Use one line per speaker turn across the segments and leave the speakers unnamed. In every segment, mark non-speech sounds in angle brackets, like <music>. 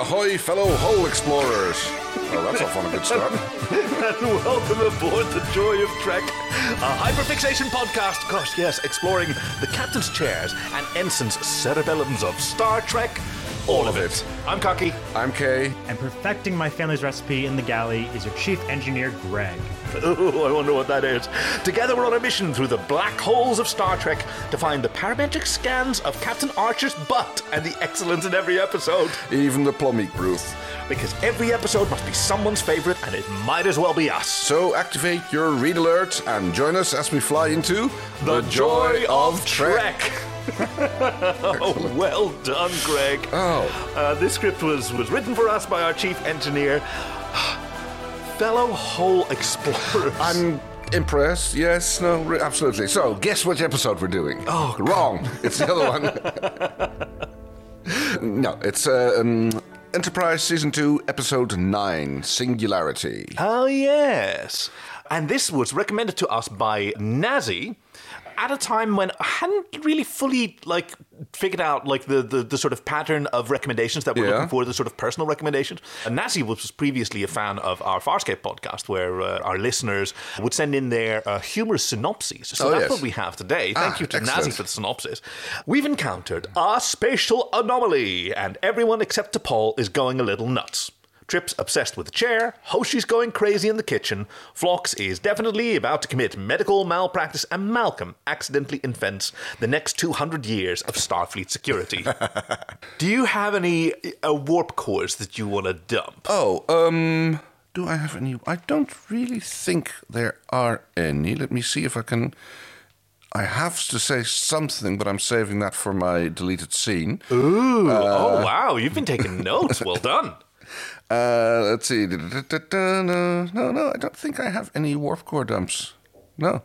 Ahoy, fellow hole explorers! Oh, that's off on a good start.
and welcome aboard the Joy of Trek, a hyperfixation podcast. Gosh, yes, exploring the captain's chairs and ensign's cerebellums of Star Trek. All, of it. I'm Cocky. <laughs>
I'm Kay.
and perfecting my family's recipe in the galley is your chief engineer, Greg.
Ooh, Oh, I wonder what that is. Together, we're on a mission through the black holes of Star Trek to find the parametric scans of Captain Archer's butt and the excellence in every episode.
Even the plumbing Ruth.
Because every episode must be someone's favorite, and it might as well be us.
So activate your read alert and join us as we fly into
The Joy of Trek. <laughs> oh, well done, Greg.
Oh.
Uh, this script was, was written for us by our chief engineer, <sighs> fellow hole explorers.
I'm impressed. Yes, no, re- absolutely. So, guess which episode we're doing? Oh, wrong. It's the other
<laughs>
one. no, it's uh, um, Enterprise Season 2, Episode 9 Singularity.
oh, yes. And this was recommended to us by Nazi at a time when I hadn't really fully like figured out like the, the, the sort of pattern of recommendations that we're
Yeah.
looking for, the sort of personal recommendations. And Nazi was previously a fan of our Farscape podcast, where uh, our listeners would send in their uh, humorous synopses. So
Oh,
that's
yes.
what we have today. Thank
Ah,
you to Nazi
excellent.
for the synopsis. We've encountered a spatial anomaly, and everyone except DePaul is going a little nuts. Trip's obsessed with the chair, Hoshi's going crazy in the kitchen, Phlox is definitely about to commit medical malpractice, and Malcolm accidentally invents the next 200 years of Starfleet security. <laughs> Do you have any uh, warp cores that you want to dump?
Oh, um, do I have any? I don't really think there are any. Let me see if I can. I have to say something, but I'm saving that for my deleted scene.
Ooh, oh, wow, you've been taking notes. Well done.
Uh, let's see. No, no, no, I don't think I have any warp core dumps. No.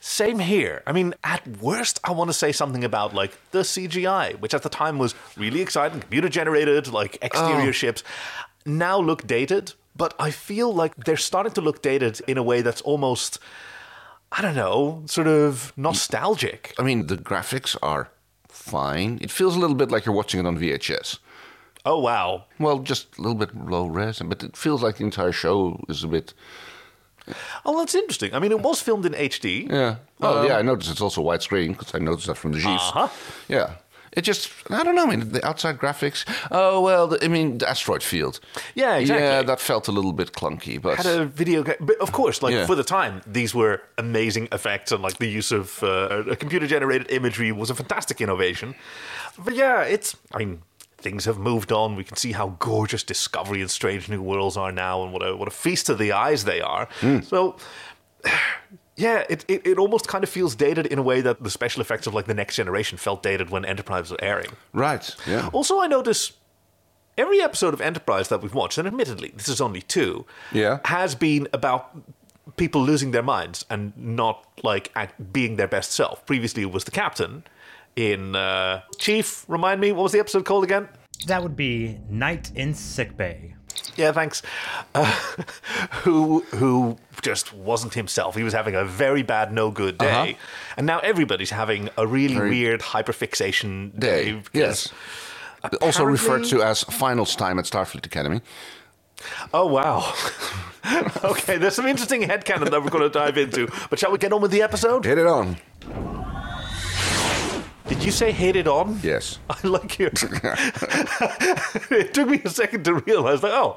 Same here. I mean, at worst, I want to say something about like the CGI, which at the time was really exciting, computer generated, like exterior ships, now look dated. But I feel like they're starting to look dated in a way that's almost, I don't know, sort of nostalgic.
I mean, the graphics are fine. It feels a little bit like you're watching it on VHS.
Oh, wow.
Well, just a little bit low res, but it feels like the entire show is a bit.
Oh, that's interesting. I mean, it was filmed in HD.
Yeah. Oh, yeah. I noticed it's also widescreen because I noticed that from the Jeeves.
um, Uh-huh.
Yeah. It just, I don't know. I mean, the outside graphics. Oh well, the, I mean, the asteroid field.
Yeah, exactly.
Yeah, that felt a little bit clunky, but
had a video game. But of course, like
Yeah.
for the time, these were amazing effects, and like the use of uh, computer generated imagery was a fantastic innovation. But yeah, it's. I mean, things have moved on. We can see how gorgeous Discovery and Strange New Worlds are now, and what a what a feast to the eyes they are. So. <sighs> Yeah, it, it, it almost kind of feels dated in a way that the special effects of like the next generation felt dated when Enterprise was airing.
right. Yeah.
Also, I notice every episode of Enterprise that we've watched, and admittedly, this is only two,
Yeah.
has been about people losing their minds and not like act, being their best self. Previously, it was the captain. In uh, Chief, remind me, what was the episode called again?
That would be Night in Sickbay.
Yeah, thanks. Uh, <laughs> who who just wasn't himself. He was having a very bad, no good day,
Uh-huh.
and now everybody's having a really weird hyperfixation day.
Day.
because-
Yes. Also referred
apparently-
to as finals time at Starfleet Academy.
Oh, wow. <laughs> okay, there's some interesting headcanon that we're going to dive into. But shall we get on with the episode?
Hit it on.
Did you say hit it on?
Yes.
<laughs> I
<laughs>
like you. it took me a second to realize that, oh,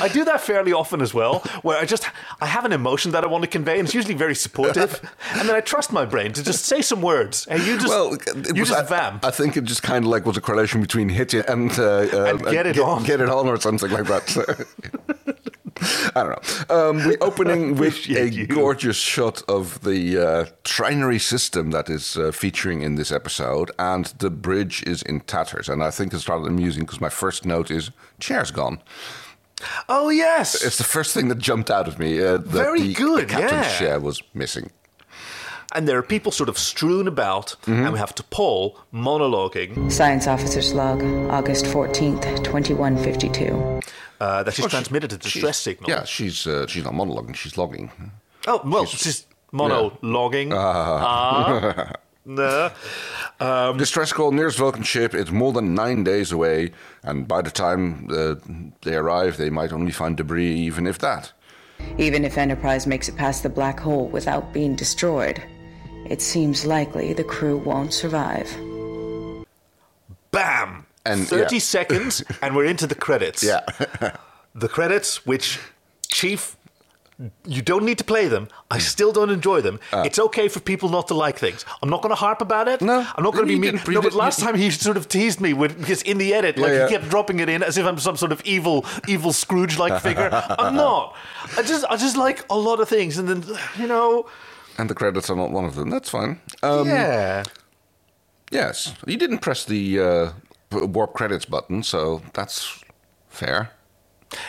I do that fairly often as well, where I just, I have an emotion that I want to convey, and it's usually very
<laughs>
supportive. and then I trust my brain to just say some words, and you just, <laughs>
Well,
you
was,
just
I,
vamp.
I think it just kind of like was a correlation between hit it and, uh, uh,
And get it on.
get it on, or something like that.
<laughs>
<laughs> I don't know. Um, we're opening with a
Appreciate you.
gorgeous shot of the uh, trinary system that is uh, featuring in this episode, and the bridge is in tatters. And I think it started amusing because my first note is chair's gone.
oh, yes.
It's the first thing that jumped out of me. Uh, that
Very
the
good,
captain's
yeah.
chair was missing.
and there are people sort of strewn about,
Mm-hmm.
and we have to Paul monologuing.
Science Officer's Log, August 14th, 2152.
uh, that she's
Oh, she-
transmitted a distress signal.
Yeah, she's uh, she's not monologuing; she's logging.
Ah.
<laughs>
Oh well, she's, monologuing. Uh, no.
Distress call nearest Vulcan ship. It's more than nine days away, and by the time uh, they arrive, they might only find debris, even if that.
Even if Enterprise makes it past the black hole without being destroyed, it seems likely the crew won't survive.
Bam!
And,
30
yeah.
seconds, and we're into the credits.
Yeah.
The credits, which, Chief, you don't need to play them. I still don't enjoy them.
Ah.
it's okay for people not to like things. I'm not going to harp about it.
No,
I'm not going to
you
be mean.
didn't- you
No, but
didn't-
last time he sort of teased me with because in the edit, like
yeah.
he kept dropping it in as if I'm some sort of evil, evil Scrooge-like
<laughs>
figure. I'm not. I just, I just like a lot of things, and then you know,
<laughs> And the credits are not one of them. That's fine. Um,
yeah.
Yes, you didn't press the uh, p- warp credits button, so that's fair.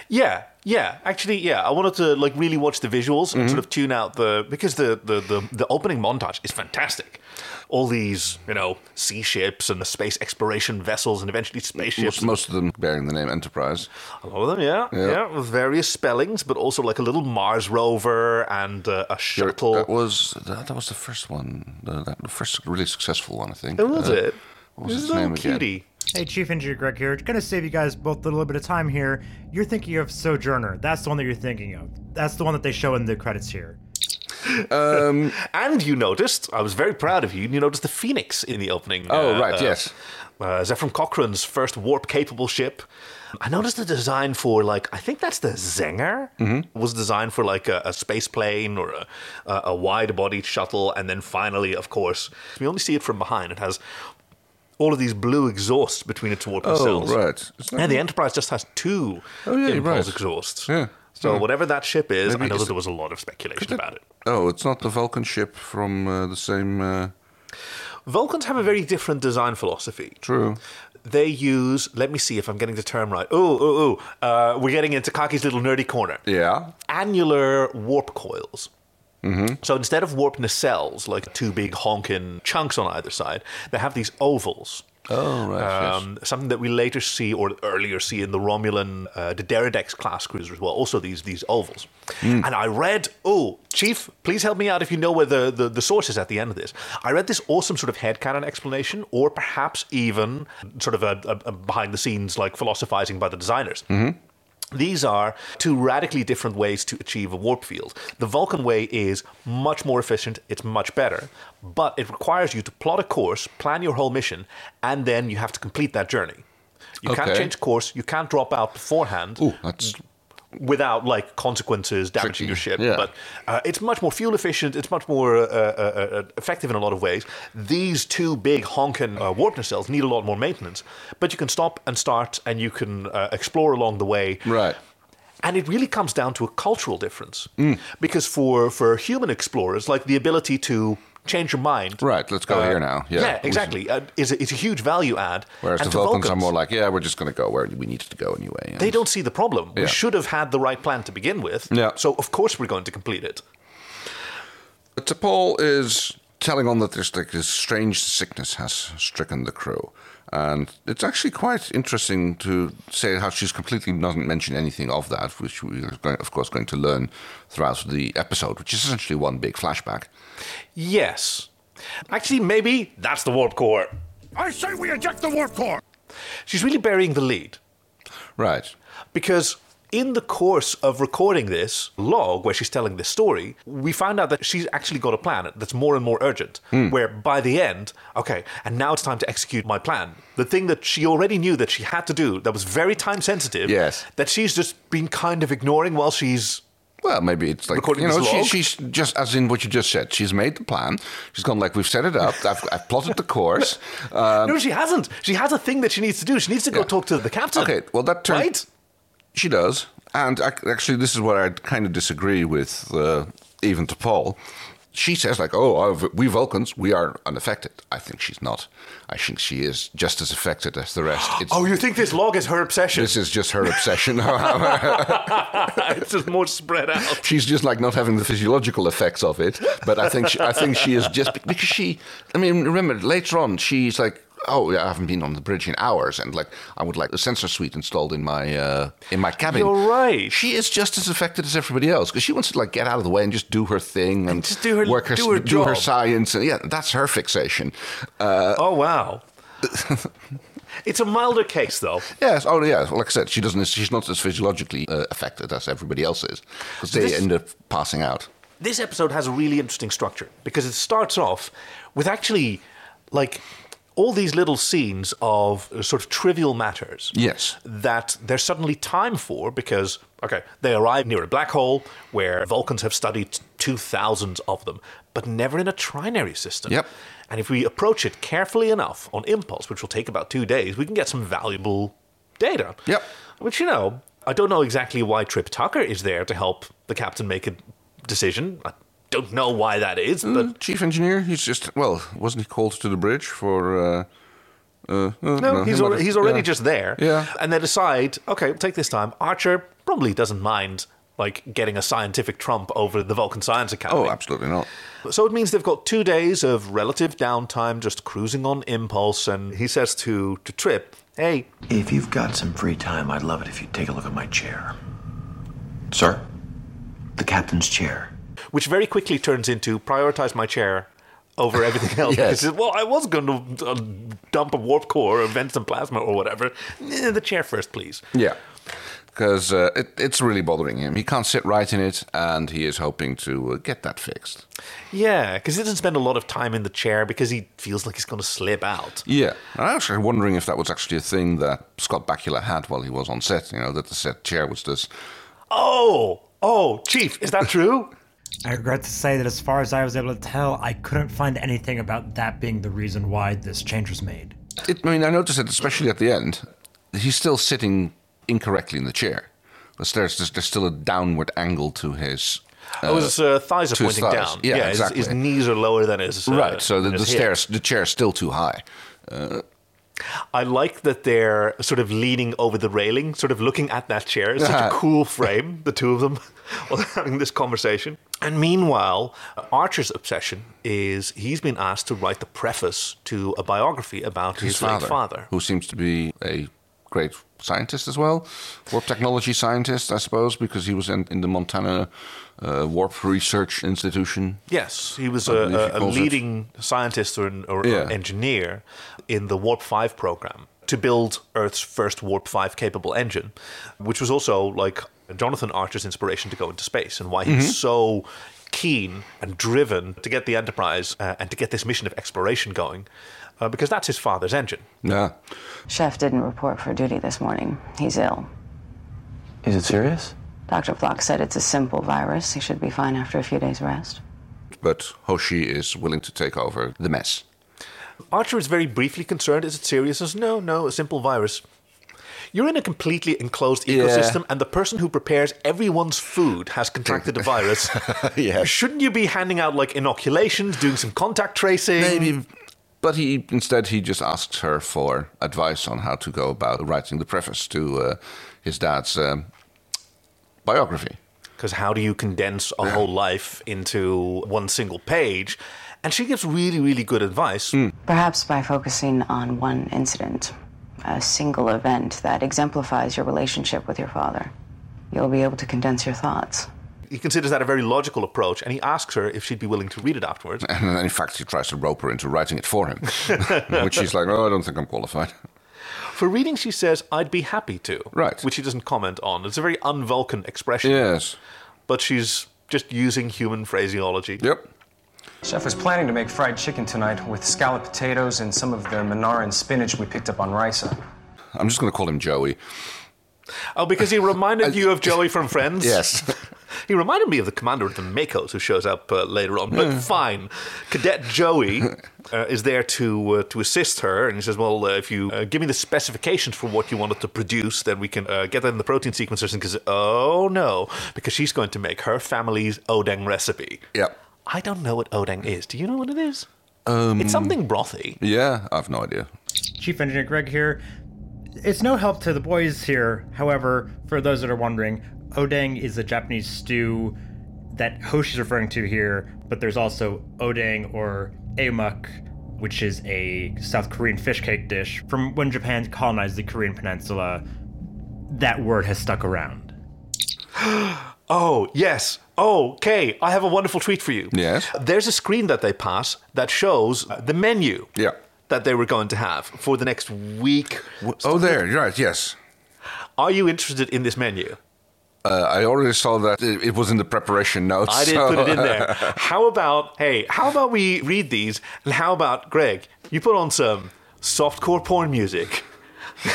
Yeah, yeah. Actually, yeah. I wanted to like really watch the visuals
Mm-hmm.
and sort of tune out the because the the the, the opening montage is fantastic. All these, you know, sea ships and the space exploration vessels and eventually
Most,
spaceships.
most of them bearing the name Enterprise.
A lot of them, yeah, yeah, with various spellings, but also like a little Mars rover and uh, a shuttle.
That was that, that was the first one, the, that, the first really successful one, I think.
Who Oh, was
Uh,
it?
what was
This
his
little
name again?
cutie.
Hey, Chief Engineer Greg here. Going to save you guys both a little bit of time here. You're thinking of Sojourner. That's the one that you're thinking of. That's the one that they show in the credits here.
And you noticed, I was very proud of you, you noticed the Phoenix in the opening.
Oh,
uh,
right,
uh,
yes.
Uh, Zephram Cochrane's first warp capable ship. I noticed the design for, like, I think that's the Zenger,
Mm-hmm.
was designed for, like, a, a space plane or a, a, a wide bodied shuttle. And then finally, of course, we only see it from behind. It has all of these blue exhausts between its warping
Oh,
cells.
right. It's not-
And the Enterprise just has two
Oh, yeah, you're
impulse
right.
exhausts.
Yeah.
So
Yeah.
whatever that ship is,
Maybe
I know
it's-
that there was a lot of speculation about it.
Oh, it's not the Vulcan ship from uh, the same. Uh,
Vulcans have a very different design philosophy.
true.
They use, let me see if I'm getting the term right. Oh, oh, oh. Uh, we're getting into Kaki's little nerdy corner.
Yeah.
Annular warp coils. So instead of warp nacelles, like two big honking chunks on either side, they have these ovals.
Oh, right. yes.
Um, Something that we later see, or earlier see in the Romulan, uh, the Derridex class cruiser as well. Also these these ovals.
Hmm.
And I read, oh, Chief, please help me out if you know where the, the, the source is at the end of this. I read this awesome sort of headcanon explanation, or perhaps even sort of a, a, a behind the scenes like philosophizing by the designers. These are two radically different ways to achieve a warp field. The Vulcan way is much more efficient, it's much better, but it requires you to plot a course, plan your whole mission, and then you have to complete that journey. You can't
Okay.
change course, you can't drop out beforehand
Ooh, that's
without like consequences damaging
Tricky,
your ship.
yeah.
But uh, it's much more fuel efficient. It's much more uh, uh, uh, effective in a lot of ways. These two big honkin' uh, warp nacelles need a lot more maintenance, but you can stop and start, and you can uh, explore along the way.
right.
And it really comes down to a cultural difference.
Mm.
Because for, for human explorers, like the ability to change your mind.
Right. Let's go here now. Yeah.
Uh, Yeah, exactly. Uh, is a, it's a huge value add.
Whereas
And
the
to
Vulcans, are more like, yeah, we're just going to go where we needed to go anyway. and-
they don't see the problem. We
Yeah.
should have had the right plan to begin with.
Yeah.
So, of course, we're going to complete it.
T'Pol is telling on that this, like, this strange sickness has stricken the crew. And it's actually quite interesting to say how she's completely doesn't mention anything of that, which we are, going, of course, going to learn throughout the episode, which is essentially one big flashback.
Yes. Actually, maybe that's the warp core.
I say we eject the warp core!
She's really burying the lead.
Right.
Because in the course of recording this log where she's telling this story, we found out that she's actually got a plan that's more and more urgent.
Hmm.
Where by the end, okay, and now it's time to execute my plan. The thing that she already knew that she had to do that was very time sensitive,
Yes.
that she's just been kind of ignoring while she's.
Well, maybe it's like
Recording
you know,
this
she,
log?
she's just as in what you just said. She's made the plan. She's gone like we've set it up. I've, I've plotted the
<laughs>
course. Uh,
no, she hasn't. She has a thing that she needs to do. She needs to go
Yeah.
talk to the captain.
okay, well that turned
right?
She does, and ac- actually, this is where I kind of disagree with uh, even to Paul. She says like, "Oh, uh, we Vulcans, we are unaffected." I think she's not. I think she is just as affected as the rest. It's,
Oh, you think this log is her
<laughs>
obsession?
this is just her obsession.
<laughs>
<laughs>
it's just more spread out.
she's just like not having the physiological effects of it. But I think she, I think she is just because she. I mean, remember later on, she's like, oh yeah, I haven't been on the bridge in hours, and like I would like a sensor suite installed in my uh, in my cabin.
You're right.
She is just as affected as everybody else because she wants to like get out of the way and just do her thing and,
just do her-
work her
do her
do her
job.
science. And yeah, that's her fixation.
oh wow. it's a milder case though.
Yes. Oh, yeah. Like I said, she doesn't. She's not as physiologically uh, affected as everybody else is because they
This-
end up passing out.
this episode has a really interesting structure because it starts off with actually like all these little scenes of uh, sort of trivial matters.
Yes.
That there's suddenly time for because, okay, they arrive near a black hole where Vulcans have studied 2,000 of them, but never in a trinary system.
Yep.
And if we approach it carefully enough on impulse, which will take about two days, we can get some valuable data.
Yep.
Which, you know, I don't know exactly why Trip Tucker is there to help the captain make a decision. I don't know why that is, but
Chief engineer, he's just well, wasn't he called to the bridge for? Uh, uh, no,
no, he's, already, he's already just there.
Yeah.
And they decide, okay, we'll take this time. Archer probably doesn't mind, like, getting a scientific trump over the Vulcan Science Academy.
Oh, absolutely not.
So it means they've got two days of relative downtime, just cruising on impulse. And he says to, to Trip, hey,
If you've got some free time, I'd love it if you'd take a look at my chair. Sir? The captain's chair.
which very quickly turns into prioritize my chair
<laughs>
over everything else.
Yes.
Because, well, I was going to uh, dump a warp core or vent some plasma or whatever. Eh, The chair first, please.
Yeah, because uh, it, it's really bothering him. He can't sit right in it, and he is hoping to uh, get that fixed.
Yeah, because he doesn't spend a lot of time in the chair because he feels like he's going to slip out.
Yeah, and I'm actually wondering if that was actually a thing that Scott Bakula had while he was on set. You know, that the set chair was this.
Oh, oh, Chief, is
<laughs>
that true?
Uh,
I regret to say that as far as I was able to tell, I couldn't find anything about that being the reason why this change was made.
It, I mean, I noticed it especially at the end. He's still sitting incorrectly in the chair. Because there's, there's, there's still a downward angle to his.
oh, his uh, thighs are
to his
pointing
thighs.
down.
Yeah,
his- his,
exactly.
knees are lower than his. uh,
right, so the,
than
the
his hips.
stairs, the chair's still too high.
I like that they're sort of leaning over the railing, sort of looking at that chair. It's
<laughs>
such a cool frame, the two of them, <laughs> while they're having this conversation. And meanwhile, uh, Archer's obsession is he's been asked to write the preface to a biography about his, late father.
who seems to be a great scientist as well, warp technology scientist, I suppose, because he was in, in the Montana uh, Warp Research Institution.
Yes, he was
I believe he
a, a, a
calls it.
leading scientist or, an, or
Yeah.
engineer in the Warp 5 program to build Earth's first Warp 5 capable engine, which was also like Jonathan Archer's inspiration to go into space and why
Mm-hmm.
he's so keen and driven to get the Enterprise uh, and to get this mission of exploration going, uh, because that's his father's engine.
Yeah.
Chef didn't report for duty this morning. He's ill.
Is it serious?
Dr. Flock said it's a simple virus. He should be fine after a few days' rest.
But Hoshi is willing to take over the mess.
Archer is very briefly concerned. Is it serious? He Says no, no, a simple virus. You're in a completely enclosed ecosystem, and the person who prepares everyone's food has contracted a
<laughs>
virus.
Yes.
Shouldn't you be handing out like inoculations, doing some contact tracing?
Maybe. But he instead he just asked her for advice on how to go about writing the preface to uh, his dad's um, biography.
Because how do you condense a whole life into one single page? And she gives really, really good advice.
Hmm.
Perhaps by focusing on one incident, a single event that exemplifies your relationship with your father, you'll be able to condense your thoughts.
He considers that a very logical approach, and he asks her if she'd be willing to read it afterwards.
And in fact, he tries to rope her into writing it for him, <laughs> which she's like, "Oh, I don't think I'm qualified."
For reading, she says, "I'd be happy to,"
Right.
Which he doesn't comment on. It's a very un-Vulcan expression.
Yes.
but she's just using human phraseology.
Yep.
Chef was planning to make fried chicken tonight with scalloped potatoes and some of the Manaran spinach we picked up on Risa.
I'm just going to call him Joey.
Oh, because he reminded you of Joey from Friends?
Yes.
<laughs> He reminded me of the commander of the Makos who shows up uh, later on, but fine. Cadet Joey uh, is there to uh, to assist her, and he says, "Well, uh, if you uh, give me the specifications for what you wanted to produce, then we can uh, get that in the protein sequencers." And goes, "Oh no," because she's going to make her family's odeng recipe.
Yep.
I don't know what odeng is. Do you know what it is? Um, it's something brothy.
Yeah, I have no idea.
Chief Engineer Greg here. It's no help to the boys here. However, for those that are wondering, odeng is a Japanese stew that Hoshi's referring to here, but there's also odeng or amuk, which is a South Korean fish cake dish from when Japan colonized the Korean peninsula. That word has stuck around.
Oh, yes. Oh, okay. I have a wonderful tweet for you.
Yes?
There's a screen that they pass that shows the menu
Yeah.
that they were going to have for the next week.
Oh, there. You're right. Yes.
Are you interested in this menu?
Uh, I already saw that it, it was in the preparation notes.
I didn't
so-
put it in there. How about, hey, how about we read these and how about, Greg, you put on some softcore porn music?
<laughs>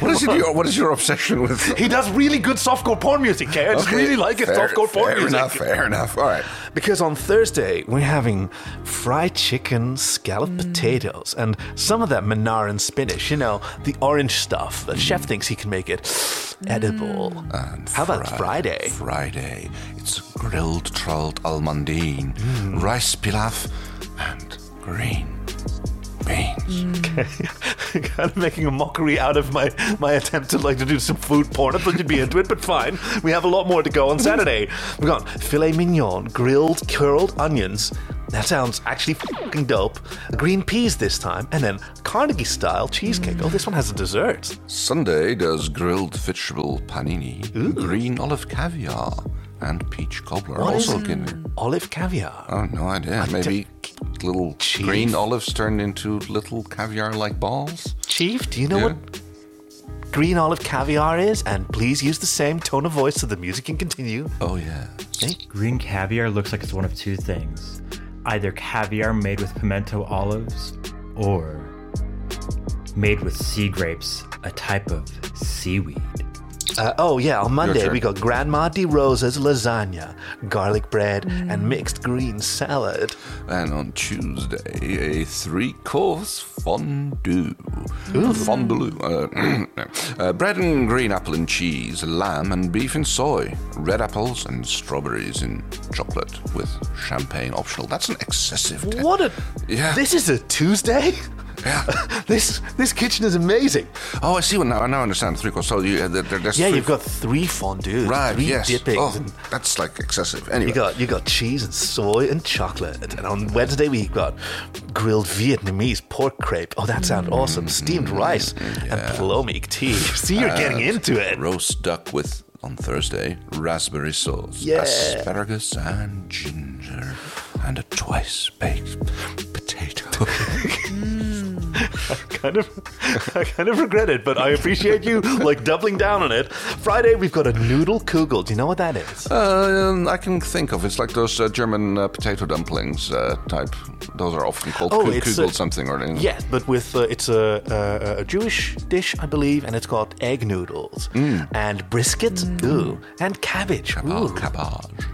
what, is it, your- what is your obsession with?
He does really good softcore porn music, okay? I just
Okay,
really like his
fair-
softcore porn
fair
music.
enough. Fair enough. All right.
Because on Thursday, we're having fried chicken, scalloped potatoes, and some of that Menarin spinach, you know, the orange stuff. The chef thinks he can make it edible. How about Friday? <laughs>
Friday. It's grilled trolled almondine, rice pilaf, and green beans.
kind of making a mockery out of my, my attempt to like to do some food porn. I thought you'd be into it, but fine. We have a lot more to go on Saturday. We've got filet mignon, grilled curled onions. That sounds actually fucking dope. Green peas this time, and then Carnegie style cheesecake. Oh, this one has a dessert.
Sunday does grilled vegetable panini, green olive caviar, and peach cobbler. also can.
Olive caviar.
Oh, no idea. Maybe little
Chief.
green olives turned into little caviar like balls?
Chief, do you know
Yeah.
what green olive caviar is? And please use the same tone of voice so the music can continue.
Oh, yeah.
Green caviar looks like it's one of two things either caviar made with pimento olives or made with sea grapes, a type of seaweed.
Uh, oh yeah, on Monday
turn.
we got Grandma Di Rosa's lasagna, garlic bread, and mixed green salad.
And on Tuesday, a three course fondue. Fondue. Uh, <clears throat> uh, bread and green apple and cheese, lamb and beef and soy, red apples and strawberries in chocolate with champagne optional. That's an excessive. te-
What a!
Yeah.
This is a Tuesday.
Yeah.
<laughs> this this kitchen is amazing.
Oh, I see. Well, now, now I understand. Three course. So you, uh, there, there's
Yeah,
three-
you've got three fondues,
Right,
three
yes.
dippings.
Oh,
and
that's like excessive. Anyway.
you got you got cheese and soy and chocolate. And on Wednesday we got grilled Vietnamese pork crepe. Oh, that sounds awesome. Steamed
Mm,
rice and plomeek tea. <laughs> See, you're getting into it.
roast duck with on Thursday raspberry sauce,
Yeah.
asparagus and ginger, and a twice baked
<laughs>
potato.
<laughs> kind of I kind of regret it, but I appreciate you like doubling down on it. Friday we've got a noodle kugel. Do you know what that is?
um, I can think of it's like those uh, German uh, potato dumplings uh, type. Those are often called
Oh,
ku-
it's,
kugel
uh,
something or anything.
Yes, but with uh, it's a, a a Jewish dish, I believe, and it's got egg noodles and brisket, ooh, and cabbage.
Mm. Oh,
ooh.
cabbage.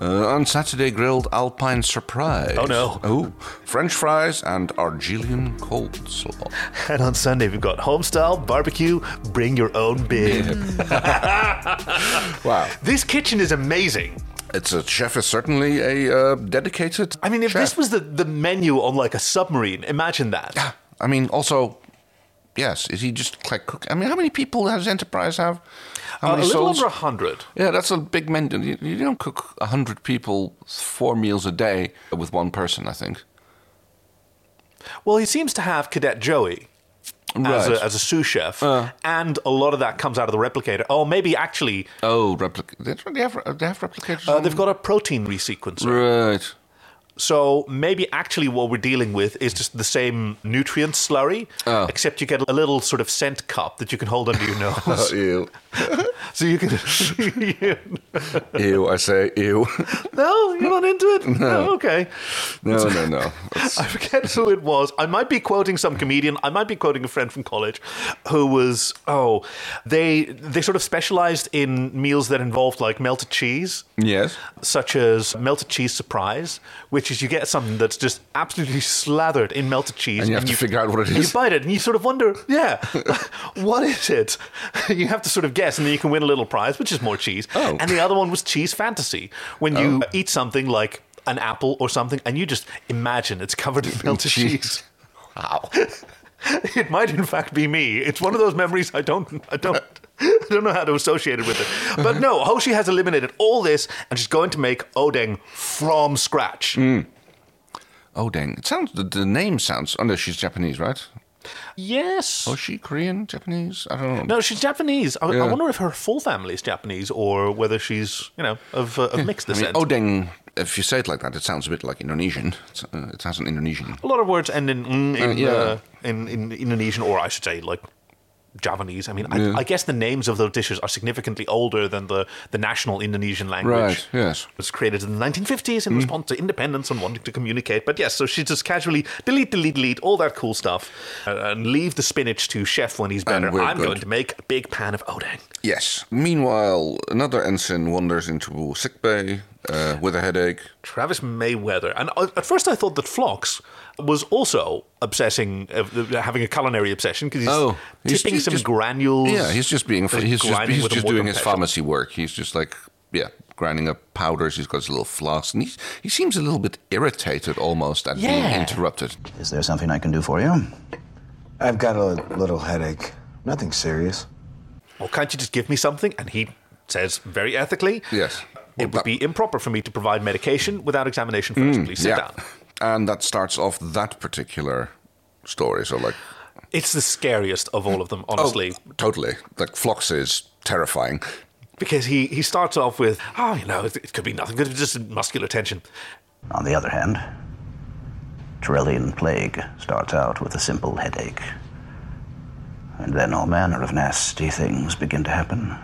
Uh, on Saturday, grilled Alpine surprise.
Oh, no.
Oh, French fries and Argelian cold slaw.
And on Sunday we've got homestyle barbecue. Bring your own bib.
Wow,
This kitchen is amazing.
it's a chef is certainly a uh, dedicated.
I mean, if
chef.
this was the, the menu on like a submarine, imagine that.
I mean, also, yes, is he just like cook? I mean, how many people does Enterprise have? How
a
many
little
souls?
under hundred.
yeah, that's a big menu. You, you don't cook hundred people four meals a day with one person. I think.
Well, he seems to have Cadet Joey as,
Right.
a, as a sous chef, and a lot of that comes out of the replicator. Oh, maybe actually
Oh, replic- they don't- they have they have replicators.
uh,
on-
they've got a protein resequencer.
right.
So maybe actually what we're dealing with is just the same nutrient slurry, except you get a little sort of scent cup that you can hold under your nose,
ew,
so you can. <laughs>
ew! I say ew.
no, you're not into it. No, okay.
No, no, <laughs> no. That's-
I forget who it was. I might be quoting some comedian. I might be quoting a friend from college who was oh, they they sort of specialized in meals that involved like melted cheese,
yes.
such as melted cheese surprise, which is you get something that's just absolutely slathered in melted cheese
And you have to figure out what it
and
is.
You bite it and you sort of wonder, yeah, <laughs> what is it? <laughs> You have to sort of guess, and then you can win a little prize, which is more cheese.
Oh.
And the other one was cheese fantasy, when you eat something like an apple or something, and you just imagine it's
<laughs>
covered in melted
cheese.
cheese. Wow. <laughs> It might in fact be me. It's one of those memories I don't I don't I don't know how to associate it with it. But no, Hoshi has
Mm.
eliminated all this and she's going to make Odeng from scratch.
Odeng. Oh, It sounds the, the name sounds. Oh no, she's Japanese, right?
Yes.
Was she Korean, Japanese? I don't know.
No, she's Japanese. I,
Oh, Yeah.
I wonder if her full family is Japanese or whether she's, you know, of, uh, of mixed
I mean,
descent.
Odeng. If you say it like that, it sounds a bit like Indonesian. It's, uh, it has an Indonesian.
a lot of words end in mm, in, uh,
yeah.
in, in Indonesian, or I should say, like Javanese. I mean, I,
Yeah.
I guess the names of those dishes are significantly older than the, the national Indonesian language.
Right, yes. Mm.
It was created in the 1950s in response to independence and wanting to communicate. But yes, so she just casually delete, delete, delete, all that cool stuff, uh, and leave the spinach to chef when he's better.
we're
I'm
good.
going to make a big pan of odang.
Yes. Meanwhile, another ensign wanders into sickbay uh, with a headache.
Travis Mayweather. And uh, at first, I thought that Flox was also obsessing, uh, uh, having a culinary obsession because he's
Oh, he's-
tipping
he's
some
just-
granules.
Yeah, he's just being.
uh,
He's just,
grinding
he's
with a
just doing
wooden
his
pestle.
pharmacy work. He's just like, yeah, grinding up powders. He's got his little flasks, and he's, he seems a little bit irritated almost at being
Yeah.
interrupted.
Is there something I can do for you?
I've got a little headache. Nothing serious.
Or can't you just give me something? And he says very ethically,
Yes.
It would be improper for me to provide medication without examination first.
Mm,
Please sit down.
And that starts off that particular story. So like,
It's the scariest of all of them,
Oh.
honestly.
totally. Like Flox is terrifying.
Because he, he starts off with, oh, you know, it, it could be nothing good, it's just muscular tension.
On the other hand, Trellian plague starts out with a simple headache. And then all manner of nasty things begin to happen.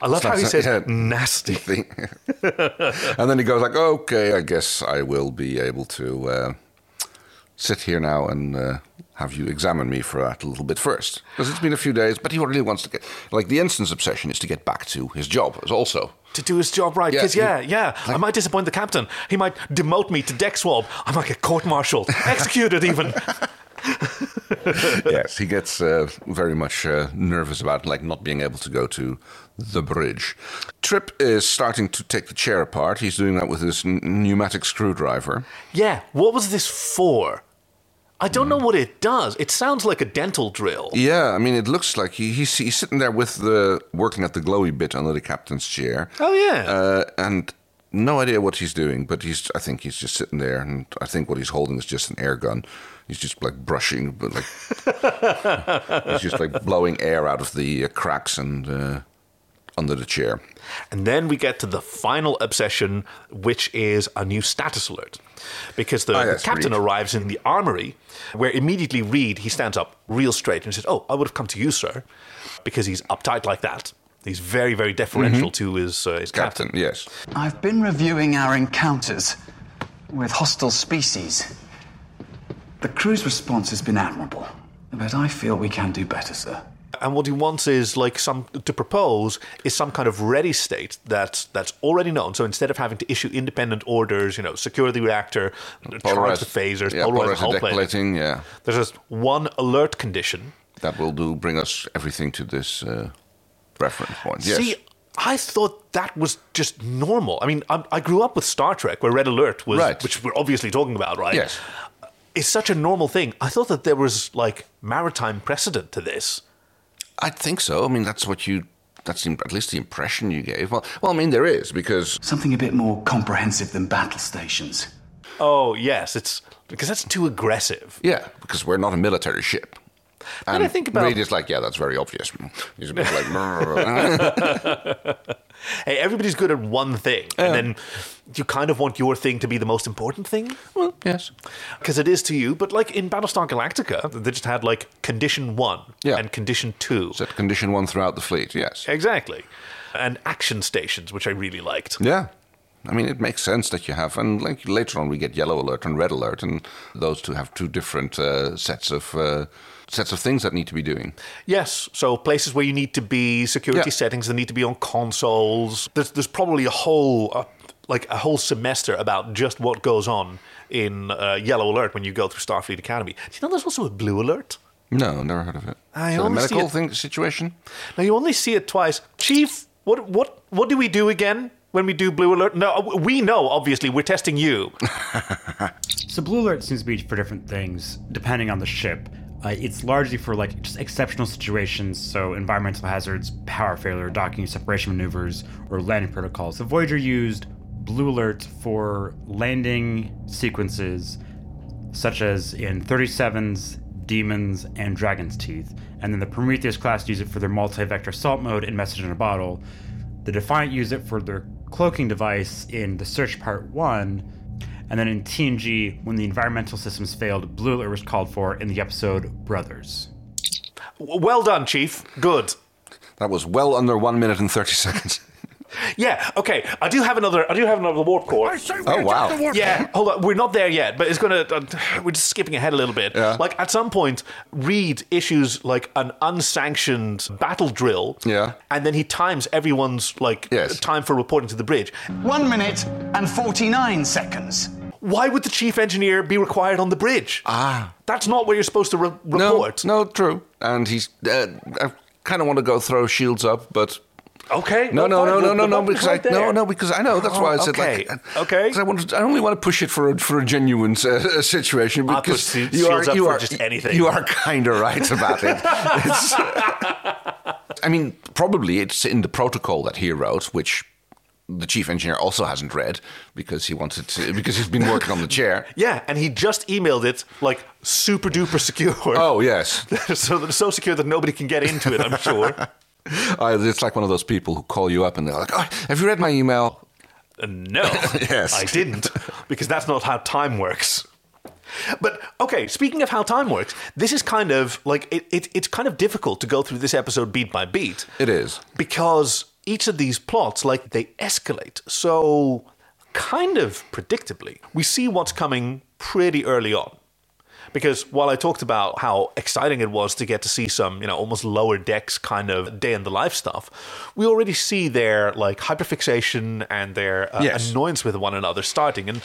I love how he
not-
says
yeah.
nasty.
Thing. and then he goes like, okay, I guess I will be able to uh, sit here now and. Uh, have you examine me for that a little bit first? Because it's been a few days, but he really wants to get. Like, the instance obsession is to get back to his job, is also.
to do his job right.
Yeah,
Because
he-
yeah, yeah, I might disappoint the captain. He might demote me to deck swab. I might
<laughs>
get court-martialed, executed even.
yes, he gets uh, very much uh, nervous about like not being able to go to the bridge. Trip is starting to take the chair apart. He's doing that with his n- pneumatic screwdriver.
Yeah, what was this for? I don't
Hmm.
know what it does. It sounds like a dental drill.
Yeah, I mean, it looks like he, he's, he's sitting there with the working at the glowy bit under the captain's chair.
Oh yeah.
uh, and no idea what he's doing, but he's. I think he's just sitting there, and I think what he's holding is just an air gun. He's just like brushing, but like <laughs> he's just like blowing air out of the uh, cracks and uh, under the chair.
And then we get to the final obsession, which is a new status alert. Because the,
Ah,
the
yes,
captain
Reed.
arrives in the armory, where immediately Reed, he stands up real straight and says, Oh, I would have come to you, sir. Because he's uptight like that. He's very, very deferential to his, uh, his
Mm-hmm. Captain, yes.
I've been reviewing our encounters with hostile species. The crew's response has been admirable, but I feel we can do better, sir.
And what he wants is like some to propose is some kind of ready state that's that's already known. So instead of having to issue independent orders, you know, secure the reactor, charge the phasers,
yeah,
polarize the
polarized
hull
deck
plate.
plating, yeah.
There's just one alert condition.
That will do bring us everything to this uh, reference point. Yes.
See, I thought that was just normal. I mean, I, I grew up with Star Trek, where red alert was,
Right.
which we're obviously talking about, right? Uh,
Yes.
It's such a normal thing. I thought that there was like maritime precedent to this.
I think so. I mean, that's what you. That's the, at least the impression you gave. Well, well, I mean, there is because
Something a bit more comprehensive than battle stations.
Oh yes, it's because that's too aggressive.
Yeah, because we're not a military ship.
Then I think about-
Reed is like, yeah, that's very obvious. He's a bit like,
<laughs>
"Brr."
hey, everybody's good at one thing, and then you kind of want your thing to be the most important thing
well, yes,
because it is to you. But like in Battlestar Galactica, they just had like condition one
Yeah.
and condition two,
is that condition one throughout the fleet? Yes.
exactly, and action stations, which I really liked.
Yeah, I mean, it makes sense that you have, and like later on we get yellow alert and red alert, and those two have two different uh, sets of uh, sets of things that need to be doing.
Yes, so places where you need to be, security
Yeah.
settings that need to be on consoles. There's there's probably a whole. Uh, like a whole semester about just what goes on in uh, Yellow Alert when you go through Starfleet Academy. Do you know there's also a Blue Alert?
No, never heard of it.
I
Is that a
only see
medical
it-
thing situation.
Now you only see it twice. Chief, what what what do we do again when we do blue alert? No, we know obviously. We're testing
<laughs>
you.
So blue alert seems to be for different things depending on the ship. Uh, it's largely for like just exceptional situations, so environmental hazards, power failure, docking, separation maneuvers, or landing protocols. The Voyager used blue alert for landing sequences such as in 37's, Demons, and Dragon's Teeth, and then the Prometheus class use it for their multi vector assault mode in Message in a Bottle. The Defiant use it for their cloaking device in the Search Part 1. And then in TNG, when the environmental systems failed, Blue Alert was called for in the episode Brothers.
W- Well done, Chief. Good.
That was well under one minute and thirty seconds.
Yeah. Okay. I do have another. I do have another warp core.
I say we
Oh,
eject
wow.
the warp
Yeah,
core.
hold on. We're not there yet, but it's gonna. Uh, we're just skipping ahead a little bit.
Yeah.
Like at some point, Reed issues like an unsanctioned battle drill.
Yeah.
And then he times everyone's like
Yes.
time for reporting to the bridge.
One minute and 49 seconds.
Why would the chief engineer be required on the bridge? Ah. That's not where you're supposed to re- report.
No, no, true. And he's. Uh, I kind of want to go throw shields up, but
Okay.
no,
well,
no,
fine,
no,
the-
no,
the
no, no,
button's
because I
right
no,
there.
no, because I know that's why I
Oh,
said
okay,
like uh,
okay.
'cause I wanted, I only want to push it for a for a genuine uh, <laughs> situation
I'll
because
push the
you are
shields up
you
for
are
just anything.
You are kind of right about it. It's- <laughs> I mean, probably it's in the protocol that he wrote, which. The chief engineer also hasn't read because he wanted to, because he's been working on the
<laughs>
chair.
Yeah, and he just emailed it like super duper secure.
Oh yes,
<laughs> so that it's so secure that nobody can get into it. I'm sure.
<laughs> Uh, it's like one of those people who call you up and they're like, oh, "Have you read my email?"
Uh, <laughs> No, <laughs>
Yes.
I didn't, because that's not how time works. But okay, speaking of how time works, this is kind of like it, it, it's kind of difficult to go through this episode beat by beat
It is.
because each of these plots, like they escalate so kind of predictably. We see what's coming pretty early on. Because while I talked about how exciting it was to get to see some, you know, almost lower decks kind of day in the life stuff, we already see their like hyperfixation and their uh,
Yes.
annoyance with one another starting. And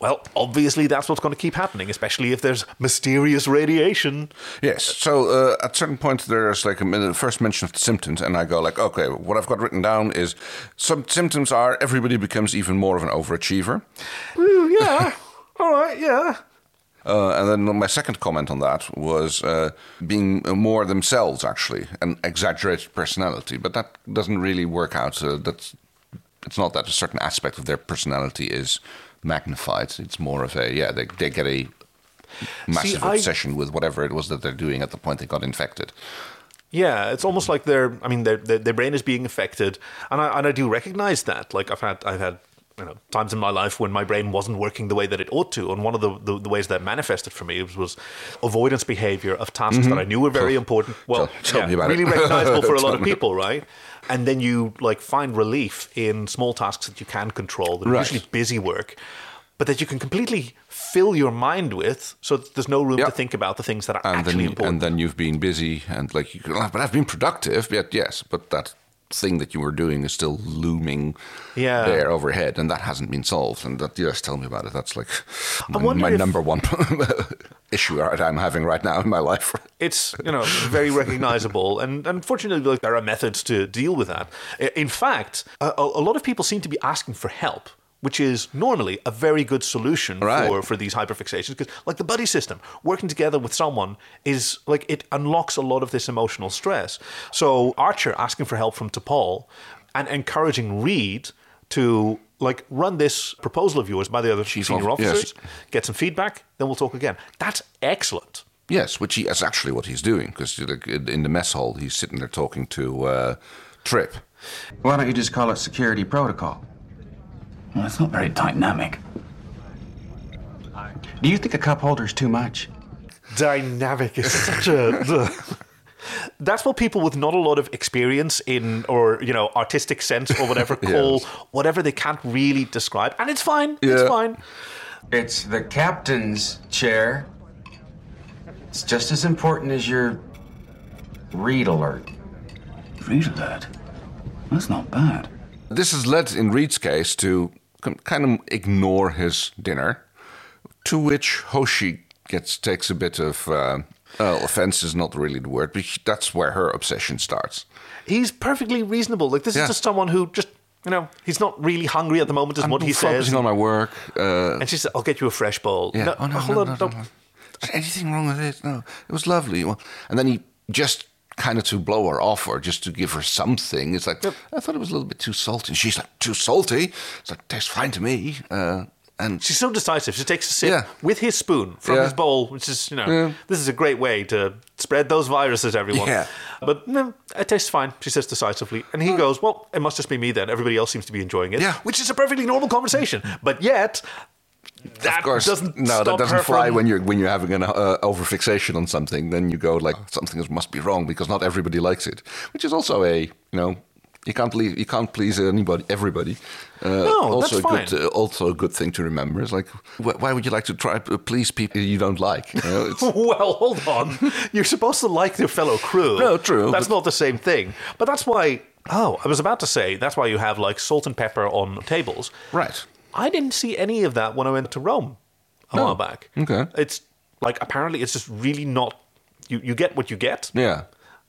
well, obviously that's what's going to keep happening, especially if there's mysterious radiation.
Yes. So uh, at certain point, there's like a min- first mention of the symptoms, and I go like, okay, what I've got written down is some symptoms are everybody becomes even more of an overachiever,
yeah. <laughs> All right. Yeah.
uh, and then my second comment on that was uh, being more themselves actually, an exaggerated personality, but that doesn't really work out. Uh, that's it's not that a certain aspect of their personality is magnified. It's more of a yeah, they they get a massive
I-
obsession with whatever it was that they're doing at the point they got infected.
Yeah, it's almost like their. I mean, their their, their brain is being affected, and I and I do recognize that. Like I've had I've had you know times in my life when my brain wasn't working the way that it ought to, and one of the the, the ways that manifested for me was, was avoidance behavior of tasks that I knew were very important. Well,
Mm-hmm. Tell- tell
yeah,
me about it.
really recognizable for
<laughs>
a
Tell
lot of
me.
people, right? And then you like find relief in small tasks that you can control, that are
Right.
usually busy work. But that you can completely fill your mind with, so that there's no room
Yeah.
to think about the things that are
and
actually
then
important.
and then you've been busy and like you can, but I've been productive. Yet yes, but that thing that you were doing is still looming
Yeah.
there overhead, and that hasn't been solved. And that yes, tell me about it. That's like my,
wonder
my
if-
number one <laughs> issue that I'm having right now in my life. <laughs>
it's you know very recognizable and unfortunately like there are methods to deal with that I- in fact a, a a lot of people seem to be asking for help which is normally a very good solution
Right.
for, for these hyperfixations because like the buddy system working together with someone is like it unlocks a lot of this emotional stress so archer asking for help from T'Pol and encouraging reed to like run this proposal of yours by the other senior
of- yes.
officers get some feedback then we'll talk again that's excellent
Yes, which he, that's actually what he's doing because in the mess hall he's sitting there talking to uh, Trip.
Why don't you just call it security protocol?
Well, it's not very dynamic.
Do you think the cup holder's too much?
dynamic is such a. <laughs> That's what people with not a lot of experience in, or you know, artistic sense or whatever, call
<laughs> Yes.
whatever they can't really describe, and it's fine. It's
Yeah.
fine.
It's the captain's chair. It's just as important as your read alert.
Read alert. That's not bad.
This has led, in Reed's case, to com- kind of ignore his dinner, to which Hoshi gets takes a bit of uh, well, offense is not really the word, but she- that's where her obsession starts.
He's perfectly reasonable. Like this
Yeah.
is just someone who just you know he's not really hungry at the moment, is what he
focusing
says.
on my work. Uh,
and she says, "I'll get you a fresh bowl."
yeah.
No,
oh no,
hold
no,
on,
no, no,
don't-
no. Is anything wrong with it? No, it was lovely. Well, and then he just kind of to blow her off or just to give her something. It's like I thought it was a little bit too salty. She's like too salty. It's like tastes fine to me. Uh, And
she's so decisive. She takes a sip
Yeah.
with his spoon from
Yeah.
his bowl, which is you know
Yeah.
this is a great way to spread those viruses, everyone.
Yeah.
But no, it tastes fine. She says decisively, and he goes, "Well, it must just be me then. Everybody else seems to be enjoying it."
Yeah.
which is a perfectly normal conversation. But yet, that
of course,
doesn't
no,
stop
that doesn't
her
fly
from-
when you're when you're having an uh, overfixation on something. Then you go like something is- must be wrong because not everybody likes it, which is also a you know you can't please you can't please anybody everybody. Uh,
No, that's
also a
fine.
good uh, also a good thing to remember is like wh- why would you like to try to please people you don't like? You know,
<laughs>
it's,
<laughs> well, hold on. <laughs> You're supposed to like your fellow crew.
No, true,
That's
but-
not the same thing. But that's why. Oh, I was about to say that's why you have like salt and pepper on tables.
right.
I didn't see any of that when I went to Rome a while back.
Oh, Okay.
It's like apparently it's just really not. You you get what you get.
Yeah.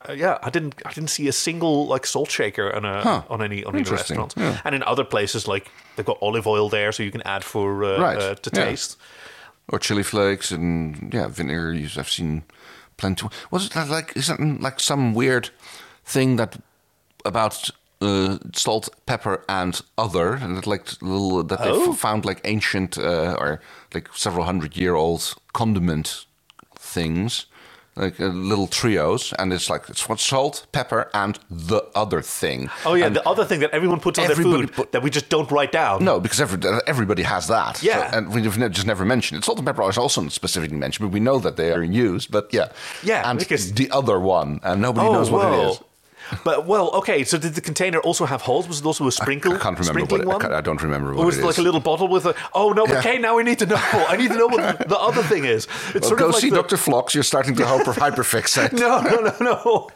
Uh, yeah, I didn't. I didn't see a single like salt shaker on a
Huh.
on any on any
Interesting.
restaurants.
Yeah.
And in other places, like they've got olive oil there, so you can add for uh,
Right.
uh, to
Yeah.
taste.
or chili flakes and yeah vinegar. you- I've seen plenty. Was it that like is that like some weird thing that about uh, salt, pepper, and other and that like little that they
Oh.
f- found like ancient uh, or like several hundred year old condiment things. Like uh, little trios, and it's like it's what salt, pepper, and the other thing.
Oh yeah,
And-
the other thing that everyone puts on their
Everybody
food that we just don't write down.
no, because every, everybody has that. So-
Yeah.
and we've ne- just never mentioned it. Salt and pepper is also not specifically mentioned, but we know that they are in use. But yeah.
Yeah,
And
because-
the other one, and nobody knows what it
whoa.
is.
But Oh, well, okay. So did the container also have holes? Was it also a sprinkle?
I can't remember
sprinkling
what it, I,
one?
can't- I don't remember what
Or was
it is.
it like a little bottle with a? Oh no!
Yeah.
Okay, now we need to know. I need to know
<laughs>
what the other thing is. It's
well,
sort
go
of like
see
the,
Dr. Flox. You're starting to hyper- hyperfixate.
<laughs> No, no, no, no.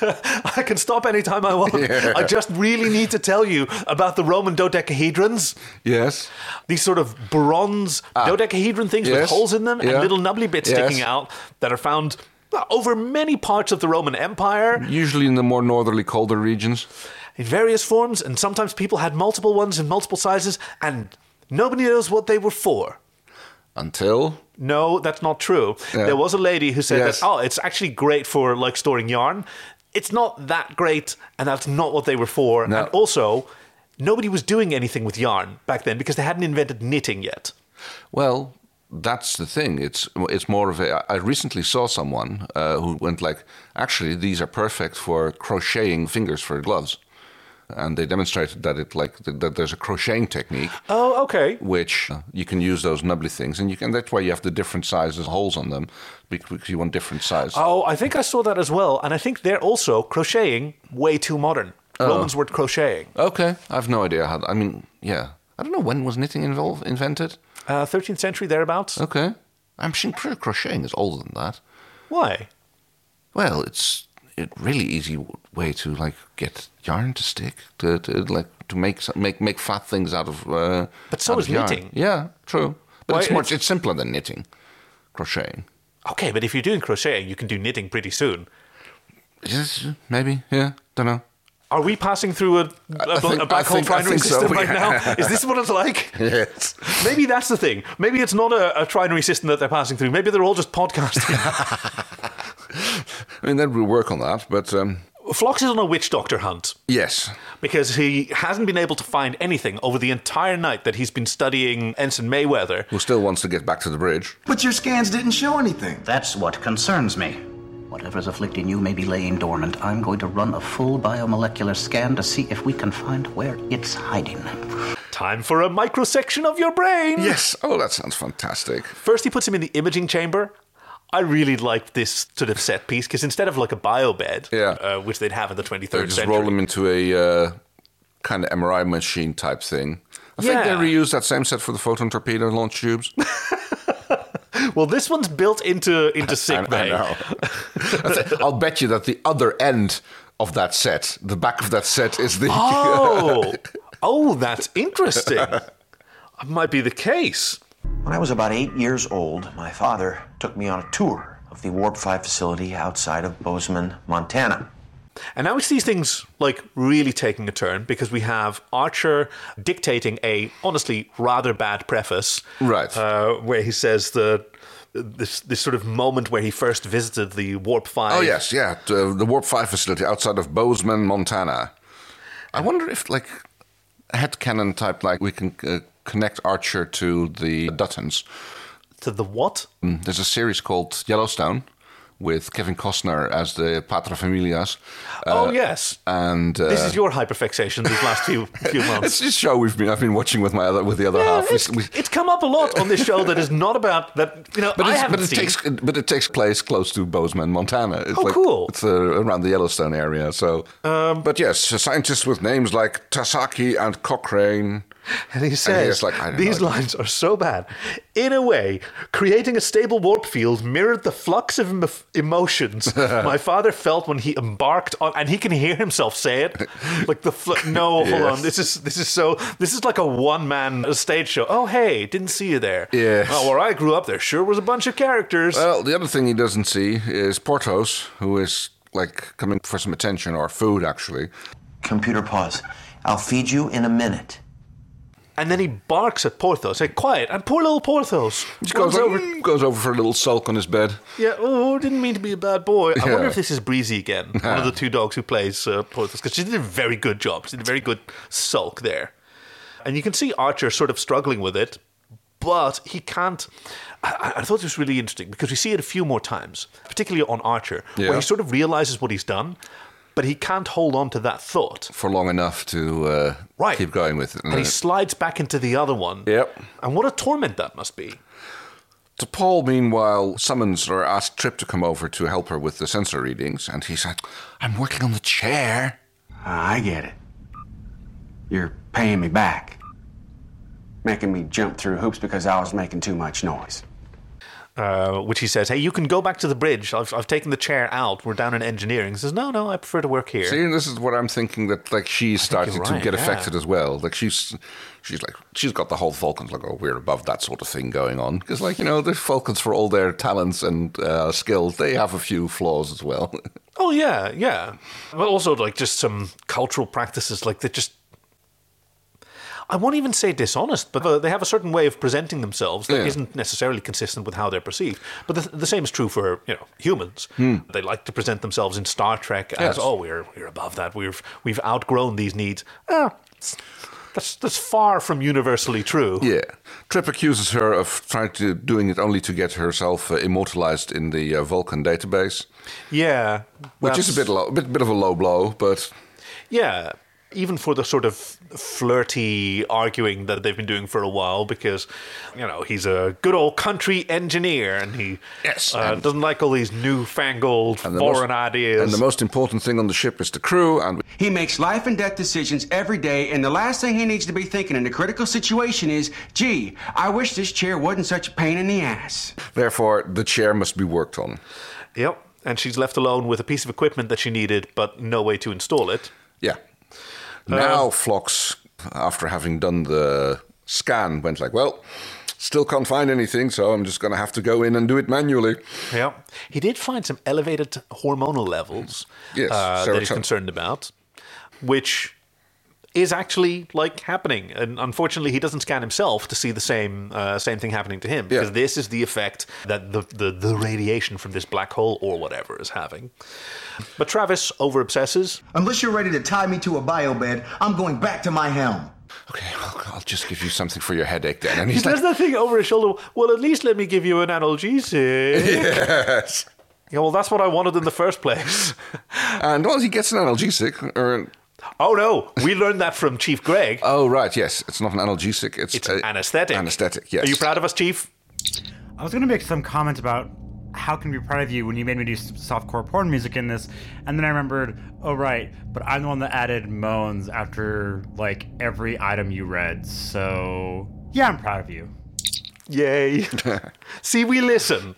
<laughs> I can stop anytime I want.
Yeah.
I just really need to tell you about the Roman dodecahedrons.
Yes.
These sort of bronze dodecahedron things with
Ah. yes.
holes in them
Yeah.
and little nubbly bits
Yes.
sticking out that are found well, over many parts of the Roman Empire.
Usually in the more northerly, colder regions.
in various forms, and sometimes people had multiple ones in multiple sizes, and nobody knows what they were for.
Until.
No, that's not true.
Yeah.
There was a lady who said
Yes.
that, oh, it's actually great for like storing yarn. It's not that great, and that's not what they were for.
No.
And also, nobody was doing anything with yarn back then because they hadn't invented knitting yet.
Well, that's the thing. It's it's more of a. I recently saw someone uh, who went like, actually, these are perfect for crocheting fingers for gloves, and they demonstrated that it like that, that there's a crocheting technique
Oh, okay.
which uh, you can use those nubbly things, and you can that's why you have the different sizes holes on them because you want different sizes.
Oh, I think I saw that as well, and I think they're also crocheting way too modern.
Oh.
Romans were crocheting.
Okay, I've no idea how. I mean, yeah, I don't know when was knitting involved invented.
Uh, 13th century, thereabouts.
Okay, I'm sure crocheting is older than that.
Why?
Well, it's a really easy w- way to like get yarn to stick to, to like to make some- make make fat things out of. Uh,
But so
out
is
of yarn.
knitting.
Yeah, true. But
Why,
it's more
it's-
it's simpler than knitting, crocheting.
Okay, but if you're doing crocheting, you can do knitting pretty soon.
Yes, maybe. Yeah, don't
<laughs>
know.
Are we passing through a, a,
I think-
a
I
black hole
think- I
trinary
think so,
system right
yeah.
now? Is this what
<laughs>
it's like?
Yes.
Maybe that's the thing. Maybe it's not a, a trinary system that they're passing through. Maybe they're all
<laughs>
just podcasting.
I mean, then we work on that. But um,
Flox is on a witch doctor hunt
yes,
because he hasn't been able to find anything over the entire night that he's been studying Ensign Mayweather.
who still wants to get back to the bridge?
But your scans didn't show anything.
That's what concerns me. Whatever's afflicting you may be laying dormant. I'm going to run a full biomolecular scan to see if we can find where it's hiding.
Time for a microsection of your brain.
Yes. Oh, that sounds fantastic.
First, he puts him in the imaging chamber. I really like this sort of set piece because instead of like a bio bed,
Yeah.
uh, which they'd have in the 23rd
They just
century,
roll them into a uh, kind of MRI machine type thing. I think they
Yeah.
reused that same set for the photon torpedo launch
<laughs>
tubes.
Well, this one's built into
<laughs>
into
I,
sick
I
bay.
know. I think- I'll bet you that the other end of that set, the back of that set, is the.
Oh, oh, that's interesting.
<laughs>
That might be the case.
When I was about eight years old, my father took me on a tour of the Warp 5 facility outside of Bozeman, Montana.
And now it's these things like really taking a turn because we have Archer dictating a honestly rather bad preface,
Right.
Uh, where he says the this this sort of moment where he first visited the warp five.
Oh, yes, yeah, the, the Warp Five facility outside of Bozeman, Montana. I wonder if like headcanon type, like we can uh, connect Archer to the Duttons.
To the what?
Mm, There's a series called Yellowstone with Kevin Costner as the paterfamilias.
Oh,
Uh,
yes.
and
this
uh,
is your hyperfixation these last few
<laughs>
few
It's
months.
this show we've been I've been watching with my other with the other half. We- we-
It's come up a lot on this show that is not about that. You know,
but
I
it's,
haven't
but it
seen.
takes but it takes place close to Bozeman, Montana. It's
Oh, cool. Um,
It's uh, around the Yellowstone area. So, but yes, scientists with names like Tasaki and Cochrane.
And he
And
says,
it's like, I don't
these
know.
lines are so bad. In a way, creating a stable warp field mirrored the flux of em-
<laughs>
emotions my father felt when he embarked on, and he can hear himself say it. Like the fl- no,
<laughs>
hold
Yes.
on, this is this is so this is like a one man stage show. Oh hey, didn't see you there.
Yes. Uh
Oh, where I grew up, there sure was a bunch of characters.
Well, the other thing he doesn't see is Portos, who is like coming for some attention or food, actually.
Computer pause. I'll feed you in a minute.
and then he barks at Porthos, "Hey, quiet!" And poor little Porthos
He goes
runs
over, goes over for a little sulk on his bed.
Yeah, oh, didn't mean to be a bad boy. I
Yeah.
wonder if this is Breezy
<laughs>
again, one of the two dogs who plays uh, Porthos, because she did a very good job. She did a very good sulk there. And you can see Archer sort of struggling with it, but he can't. I, I I thought this was really interesting because we see it a few more times, particularly on Archer,
Yeah.
where he sort of realizes what he's done, but he can't hold on to that thought.
for long enough to uh,
Right.
keep going with it.
And he slides back into the other one.
Yep.
And what a torment that must be.
To Paul, meanwhile, summons or asks Trip to come over to help her with the sensor readings, and he's like, I'm working on the chair.
I get it. You're paying me back. Making me jump through hoops because I was making too much noise.
uh, which he says, "Hey, you can go back to the bridge. I've, I've taken the chair out. We're down in engineering." He says, "No, no, I prefer to work here."
See, and this is what I'm thinking that like she's starting
you're
to
right,
get
yeah.
affected as well. Like she's, she's like she's got the whole Falcons like oh we're above that sort of thing going on because like you know the Falcons for all their talents and uh, skills they have a few flaws as well. <laughs>
Oh yeah, yeah. But also like just some cultural practices, like they just. I won't even say dishonest, but uh, they have a certain way of presenting themselves that
Yeah.
not necessarily consistent with how they're perceived. But the, the same is true for you know humans. They like to present themselves in Star Trek as
Hmm. Yes.
oh we're we're above that. We've we've outgrown these needs. Ah, that's that's far from universally true.
Yeah. Trip accuses her of trying to doing it only to get herself uh, immortalized in the uh, Vulcan database,
Yeah,
which is a
that's-
bit low, bit bit of a low blow, but
Yeah, even for the sort of flirty arguing that they've been doing for a while, because you know he's a good old country engineer and he
Yes,
uh,
and-
doesn't like all these newfangled
and
foreign
most,
ideas.
And the most important thing on the ship is the crew, and
He makes life and death decisions every day, and the last thing he needs to be thinking in a critical situation is, gee, I wish this chair wasn't such a pain in the ass.
therefore the chair must be worked on.
yep, and she's left alone with a piece of equipment that she needed, but no way to install it.
Yeah.
Um,
Now Flox, after having done the scan, went like, well, still can't find anything, so I'm just going to have to go in and do it manually.
Yeah, he did find some elevated hormonal levels
Mm-hmm. Yes,
uh, that he's
serotonin.
concerned about, which is actually like happening. And unfortunately, he doesn't scan himself to see the same uh, same thing happening to him
Yeah.
because this is the effect that the, the the radiation from this black hole or whatever is having. But Travis over obsesses.
Unless you're ready to tie me to a bio bed, I'm going back to my helm.
Okay, well, I'll just give you something for your headache then. And
He
he's
<laughs> does
like,
that thing over his shoulder. Well, at least let me give you
<laughs>
an analgesic.
yes.
yeah, well, that's what I wanted in the first place. <laughs>
And well, he gets an analgesic, or an,
Oh no, we learned that from Chief Greg.
oh right, yes, it's not an analgesic, it's,
It's
a-
an anesthetic.
Uh, Anesthetic, yes.
Are you proud of us, Chief?
I was going to make some comment about how can we be proud of you when you made me do s- softcore porn music in this, and then I remembered, oh right, but I'm the one that added moans after like every item you read. So yeah, I'm proud of you.
Yay.
<laughs>
See, we listen.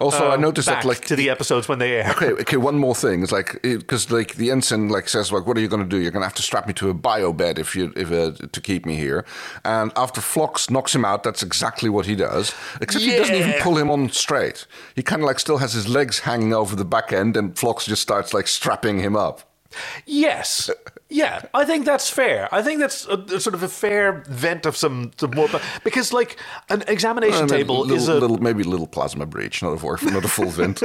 Also, I
Um,
noticed
back
that like
to the episodes when they air.
Okay, okay. One more thing. It's like because like the ensign like says like, "What are you going to do? You're going to have to strap me to a bio bed if you if uh, to keep me here." And after Flox knocks him out, that's exactly what he does. Except he doesn't even
Yeah.
pull him on straight. He kind of like still has his legs hanging over the back end, and Flox just starts like strapping him up.
Yes. Yeah, I think that's fair. I think that's a, a sort of a fair vent of some, some more. Because, like, an examination
And a
table
little,
is a.
little, maybe a little plasma breach, not a, vor- not a full
<laughs>
vent.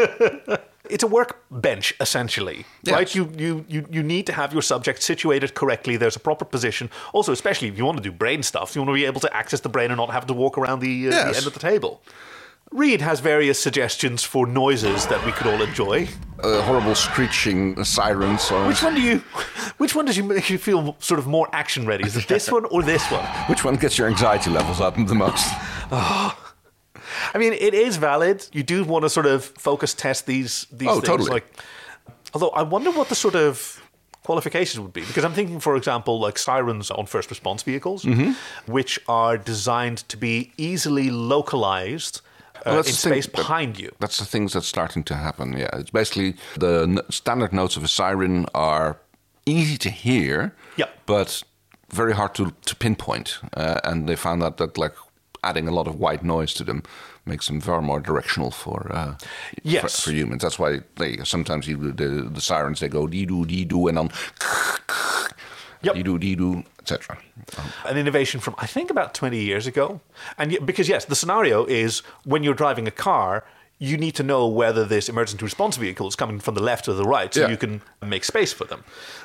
it's a workbench essentially right you, you you you need to have your subject situated correctly there's a proper position also especially if you want to do brain stuff you want to be able to access the brain and not have to walk around the, uh,
Yes.
the end of the table reed has various suggestions for noises that we could all enjoy
Uh, horrible screeching siren sound.
which one do you which one does you make you feel sort of more action ready is it this one or this one
Which one gets your anxiety levels up the most?
Ah. I mean, it is valid. You do want to sort of focus test these these
Oh,
things.
totally.
Like, although I wonder what the sort of qualifications would be because I'm thinking, for example, like sirens on first response vehicles,
Mhm.
which are designed to be easily localized uh,
Well,
in
that's the thing
space
that-
behind you.
That's the things that's starting to happen. Yeah, it's basically the n- standard notes of a siren are easy to hear, yeah, but very hard to to pinpoint. Uh, and they found out that like adding a lot of white noise to them makes them far more directional for uh,
Yes.
for, for humans. That's why they sometimes you, the, the sirens they go dee doo dee doo and on dee doo dee doo etc.
an innovation from I think about 20 years ago. And y- because yes, the scenario is when you're driving a car, you need to know whether this emergency response vehicle is coming from the left or the right, so
Yeah.
you can make space for them.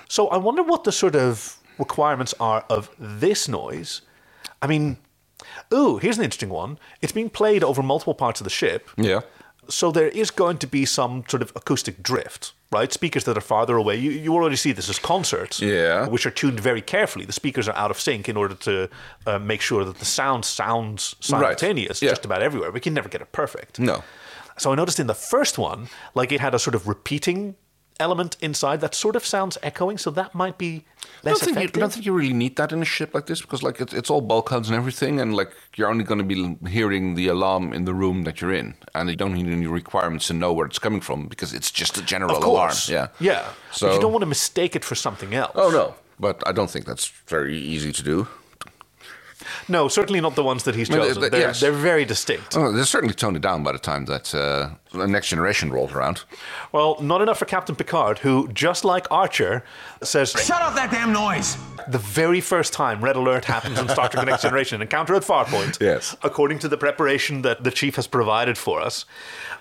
So I wonder what the sort of requirements are of this noise. I mean, ooh, here's an interesting one. It's being played over multiple parts of the ship.
Yeah.
So there is going to be some sort of acoustic drift, right? Speakers that are farther away. You, you already see this as concerts, yeah. which are tuned very carefully. The speakers are out of sync in order to uh, make sure that the sound sounds
Right.
simultaneous just about everywhere. We can never get it perfect.
No.
So I noticed in the first one, like it had a sort of repeating element inside that sort of sounds echoing. So that might be
I don't,
less
think you, I
effective.
don't think you really need that in a ship like this because like it's, it's all bulkheads and everything, and like you're only going to be l- hearing the alarm in the room that you're in, and you don't need any requirements to know where it's coming from because it's just a general
of
alarm.
course.
Yeah,
Yeah.
So
But you don't want to mistake it for something else.
oh no, but I don't think that's very easy to do.
No, certainly not the ones that he's
I mean,
chosen.
th-
they're,
yes.
they're very distinct.
Oh, they certainly toned it down by the time that uh, the next generation rolled around.
Well, not enough for Captain Picard, who, just like Archer, says,
Shut off that damn noise!
The very first time Red Alert happens in Star Trek The Next Generation, Encounter at Farpoint, yes. according to the preparation that the Chief has provided for us.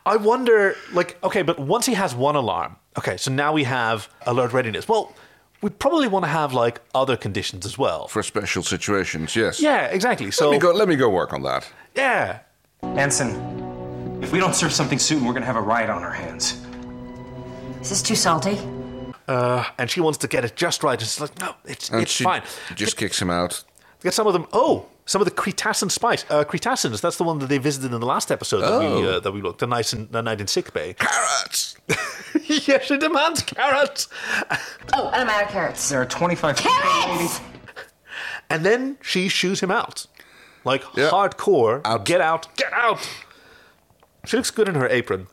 I wonder, like, okay, but once he has one alarm, okay, so now we have alert readiness. Well, we probably want to have, like, other conditions as well.
For special situations, yes.
Yeah, exactly. So
let me go. Let me go work on that.
Yeah.
Anson, if we don't serve something soon, we're gonna have a riot on our hands.
Is this too salty?
Uh, and she wants to get it just right. It's like, no, it's,
And
it's
she
fine.
just kicks him out.
Get some of them. Oh, some of the Cretacean spice. Uh, Cretaceans. That's the one that they visited in the last episode that we
Oh.
uh, that we looked. The night in the night in sick bay. <laughs>
Carrots.
yeah, she demands carrots.
Oh, and I'm out of carrots.
There are 25
Carrots!
And then she shoos him out, like hardcore. Get out. Get out. She looks good in her apron.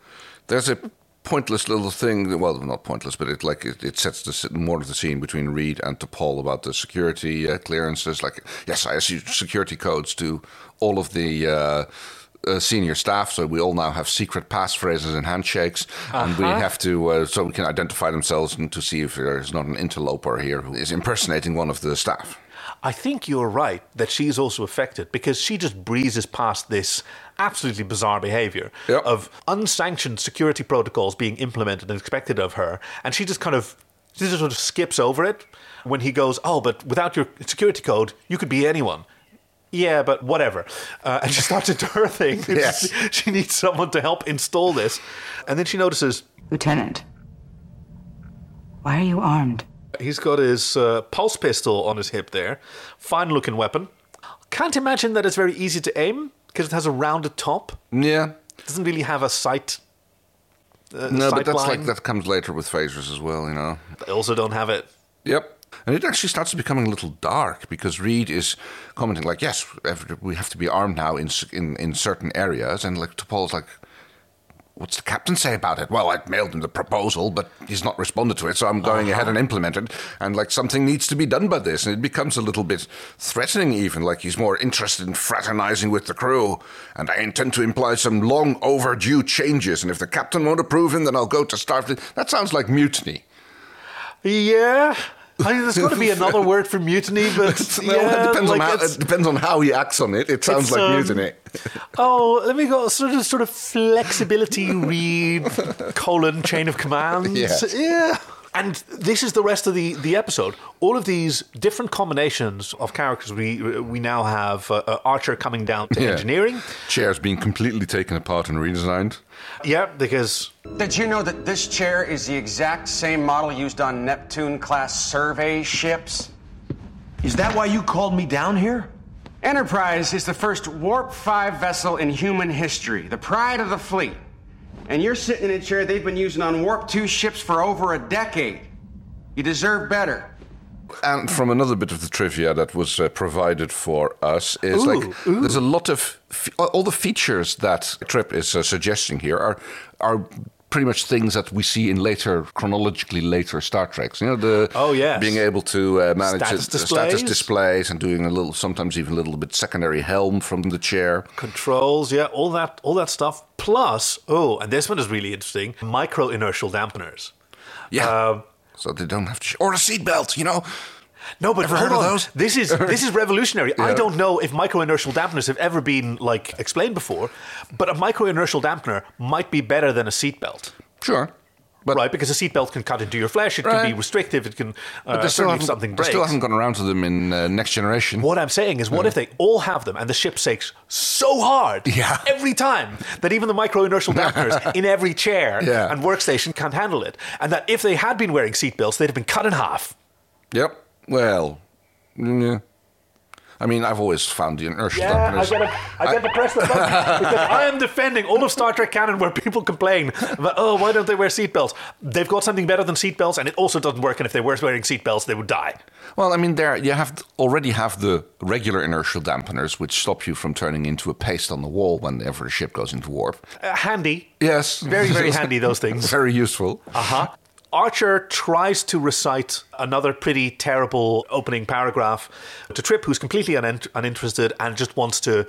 There's a pointless little thing. that- Well, not pointless, but it like it, it sets the s- more of the scene between Reed and T'Pol about the security uh, clearances. Like, yes, I issue security codes to all of the. Uh, uh, senior staff, so we all now have secret passphrases and handshakes, and we
Uh-huh.
have to uh, so we can identify themselves and to see if there is not an interloper here who is impersonating one of the staff.
I think you're right that she's also affected because she just breezes past this absolutely bizarre behavior of unsanctioned security protocols being implemented and expected of her. And she just kind of she just sort of skips over it when he goes, Oh, but without your security code, you could be anyone. Yeah, but whatever. Uh, and she starts into her thing. <laughs>
Yes.
She needs someone to help install this. And then she notices
Lieutenant, why are you armed?
He's got his uh, pulse pistol on his hip there. Fine looking weapon. Can't imagine that it's very easy to aim because it has a rounded top.
Yeah.
Doesn't really have a sight. Uh,
no, but
sight
that's
line.
like that comes later with phasers as well, you know.
They also don't have it.
Yep. And it actually starts becoming a little dark because Reed is commenting like, "Yes, ev- we have to be armed now in s- in, in certain areas," and like Topol's like, "What's the captain say about it?" Well, I mailed him the proposal, but he's not responded to it, so I'm going ahead and implement it. And like something needs to be done by this, and it becomes a little bit threatening, even like he's more interested in fraternizing with the crew. And I intend to imply some long overdue changes, and if the captain won't approve him, then I'll go to Starfleet. That sounds like mutiny.
Yeah. I mean, there's got
<laughs>
to be another word for mutiny, but
Well,
yeah,
it, depends
like
on how,
it's-
it depends on how he acts on it. It sounds
it's,
like
um,
mutiny.
Oh, let me go sort of sort of flexibility
<laughs>
read colon chain of commands.
Yes.
Yeah. And this is the rest of the, the episode. All of these different combinations of characters. We we now have uh, uh, Archer coming down to
Yeah.
engineering.
<laughs> Chairs being completely taken apart and redesigned.
Yeah, because.
Did you know that this chair is the exact same model used on Neptune class survey ships?
Is that why you called me down here?
Enterprise is the first Warp 5 vessel in human history, the pride of the fleet. And you're sitting in a chair they've been using on Warp 2 ships for over a decade. You deserve better.
And from another bit of the trivia that was uh, provided for us is
Ooh,
like there's a lot of f- all the features that Trip is uh, suggesting here are are pretty much things that we see in later chronologically later Star Treks. You know the
Oh, yes.
being able to uh, manage
Status
it- the status
displays.
displays and doing a little sometimes even a little bit secondary helm from the chair.
controls, yeah, all that, all that stuff. Plus, oh, and this one is really interesting: micro inertial dampeners. Um,
Yeah. so they don't have to, or a seatbelt, you know.
No, but
Ever
hold
heard of
on.
those?
This
<laughs>
is this is revolutionary. I
Yeah.
don't know if micro inertial dampeners have ever been like explained before, but a micro inertial dampener might be better than a seatbelt.
Sure.
right, because a seatbelt can cut into your flesh. It can be
Right.
restrictive. It can
But
uh,
they still
certainly if
haven't,
something
they
breaks.
still haven't gone around to them in uh, Next Generation.
What I'm saying is, what if they all have them and the ship shakes so hard
Yeah.
every time that even the micro inertial
<laughs>
dampeners in every chair
Yeah.
and workstation can't handle it? And that if they had been wearing seatbelts, they'd have been cut in half.
Yep. Well, mm, yeah. I mean, I've always found the inertial dampeners.
I gotta press the button because I am defending all of Star Trek canon where people complain that, oh, why don't they wear seatbelts? They've got something better than seatbelts, and it also doesn't work. And if they were wearing seatbelts, they would die.
Well, I mean, there you have to already have the regular inertial dampeners, which stop you from turning into a paste on the wall whenever a ship goes into warp.
Uh, handy.
Yes,
Very,
<laughs>
very handy, those things.
very useful.
Uh huh. Archer tries to recite another pretty terrible opening paragraph to Trip, who's completely unin- uninterested and just wants to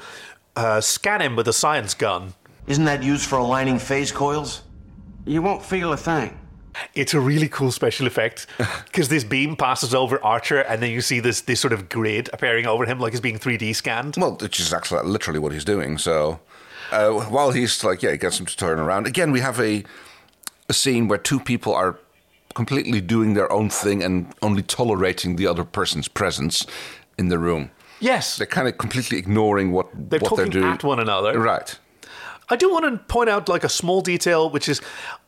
uh, scan him with a science gun.
Isn't that used for aligning phase coils?
You won't feel a thing.
It's a really cool
<laughs>
special effect because this beam passes over Archer, and then you see this this sort of grid appearing over him, like it's being 3D scanned.
Well, which is actually literally what he's doing. So uh, while he's like, yeah, he gets him to turn around. Again, we have a a scene where two people are completely doing their own thing and only tolerating the other person's presence in the room.
Yes,
They're kind of completely ignoring what
they're
what they're
talking
doing.
at one another.
Right.
I do want to point out like a small detail, which is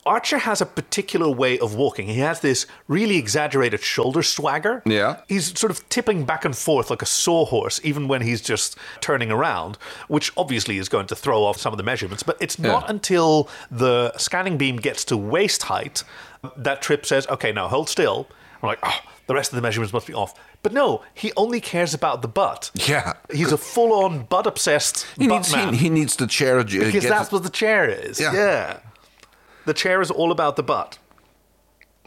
Archer has a particular way of walking. He has this really exaggerated shoulder swagger.
Yeah.
He's sort of tipping back and forth like a sawhorse, even when he's just turning around, which obviously is going to throw off some of the measurements. But it's not
Yeah.
until the scanning beam gets to waist height that Trip says, okay, now hold still. I'm like, oh, the rest of the measurements must be off. But no, he only cares about the butt.
Yeah.
He's a full on butt obsessed
He
butt
needs
man.
he, he needs the chair. uh,
Because
get-
that's what the chair is.
Yeah.
The chair is all about the butt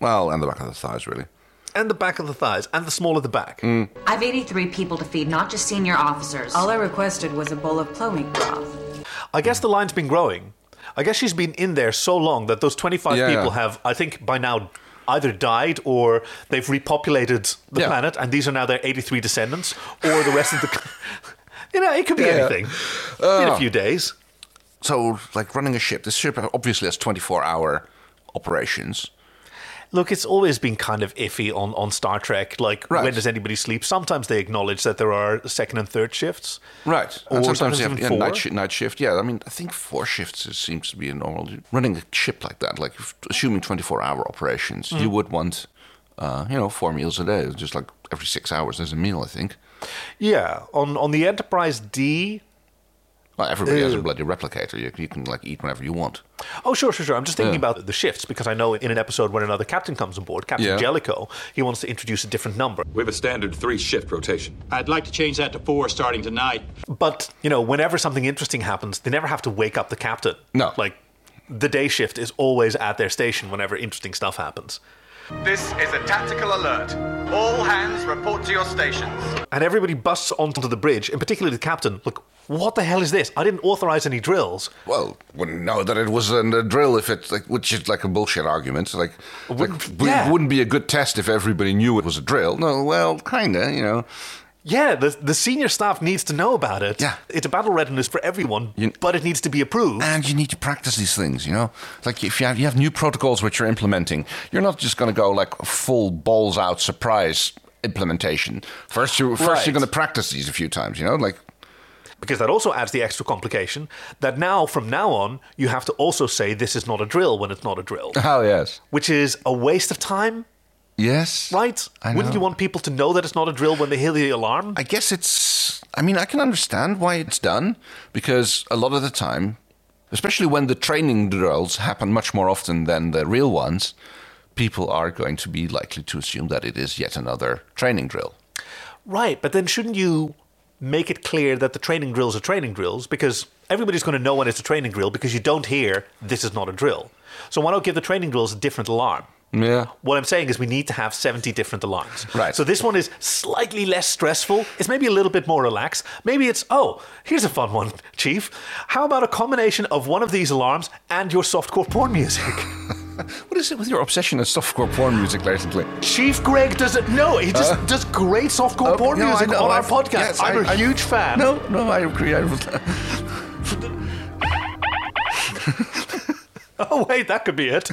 well, and the back of the thighs really.
and the back of the thighs and the small of the back.
Mm.
I've 83 people to feed, not just senior officers.
All I requested was a bowl of plomeat broth.
I guess the line's been growing. I guess she's been in there so long that those 25
Yeah.
people have, I think, by now either died or they've repopulated the
Yeah.
planet and these are now their 83 descendants or the rest of the. <laughs> You know, it could be
Yeah.
anything. in a
Oh.
few days.
So, like running a ship, this ship obviously has twenty four hour operations.
Look, it's always been kind of iffy on, on Star Trek. Like,
Right.
when does anybody sleep? Sometimes they acknowledge that there are second and third shifts.
Right.
Or
and
sometimes
sometimes you have
even
yeah,
four.
night, shi night shift. Yeah, I mean, I think four shifts is, seems to be a normal. Running a ship like that, like f- assuming 24 hour operations, you would want, uh, you know, four meals a day. It's Just like every six hours, there's a meal, I think.
Yeah, on on the Enterprise D.
Well, everybody has a
Ew.
bloody replicator. You, you can, like, eat whenever you want.
Oh, sure, sure, sure. I'm just thinking
Yeah.
about the shifts because I know in an episode when another captain comes on board, Captain
Yeah.
Jellicoe, he wants to introduce a different number.
We have a standard three shift rotation.
I'd like to change that to four starting tonight.
But you know, whenever something interesting happens, they never have to wake up the captain.
No.
like the day shift is always at their station whenever interesting stuff happens.
This is a tactical alert. All hands report to your stations.
And everybody busts onto the bridge, and particularly the captain. Look, what the hell is this? I didn't authorize any drills.
Well, wouldn't know that it was in a drill if it, like, which is like a bullshit argument. Like, like we-
yeah.
wouldn't be a good test if everybody knew it was a drill. No, well, kinda, you know.
Yeah, the, the senior staff needs to know about it. Yeah. It's a battle readiness for everyone, but it needs to be approved.
And you need to practice these things, you know. Like if you have you have new protocols which you're implementing, you're not just going to go like full balls out surprise implementation. First, you first
Right.
you're going to practice these a few times, you know, like.
Because that also adds the extra complication that now, from now on, you have to also say this is not a drill when it's not a drill.
Oh yes,
which is a waste of time.
Yes.
Right?
I
Wouldn't
know.
you want people to know that it's not a drill when they hear the alarm?
I guess it's. I mean, I can understand why it's done because a lot of the time, especially when the training drills happen much more often than the real ones, people are going to be likely to assume that it is yet another training drill.
Right, but then shouldn't you make it clear that the training drills are training drills? Because everybody's going to know when it's a training drill because you don't hear this is not a drill. So why not give the training drills a different alarm?
Yeah.
What I'm saying is we need to have 70 different alarms.
Right.
So this one is slightly less stressful. It's maybe a little bit more relaxed. Maybe it's, oh, here's a fun one, <laughs> Chief. How about a combination of one of these alarms and your softcore porn music? <laughs>
<laughs> What is it with your obsession with softcore porn music lately?
Chief Greg doesn't know. He just
Uh,
does great softcore porn
no, I
music
know.
on Oh, our
I've-
podcast.
yes,
I'm
I-
a
I-
huge fan.
No, no, I agree. I was-
Oh wait, that could be it.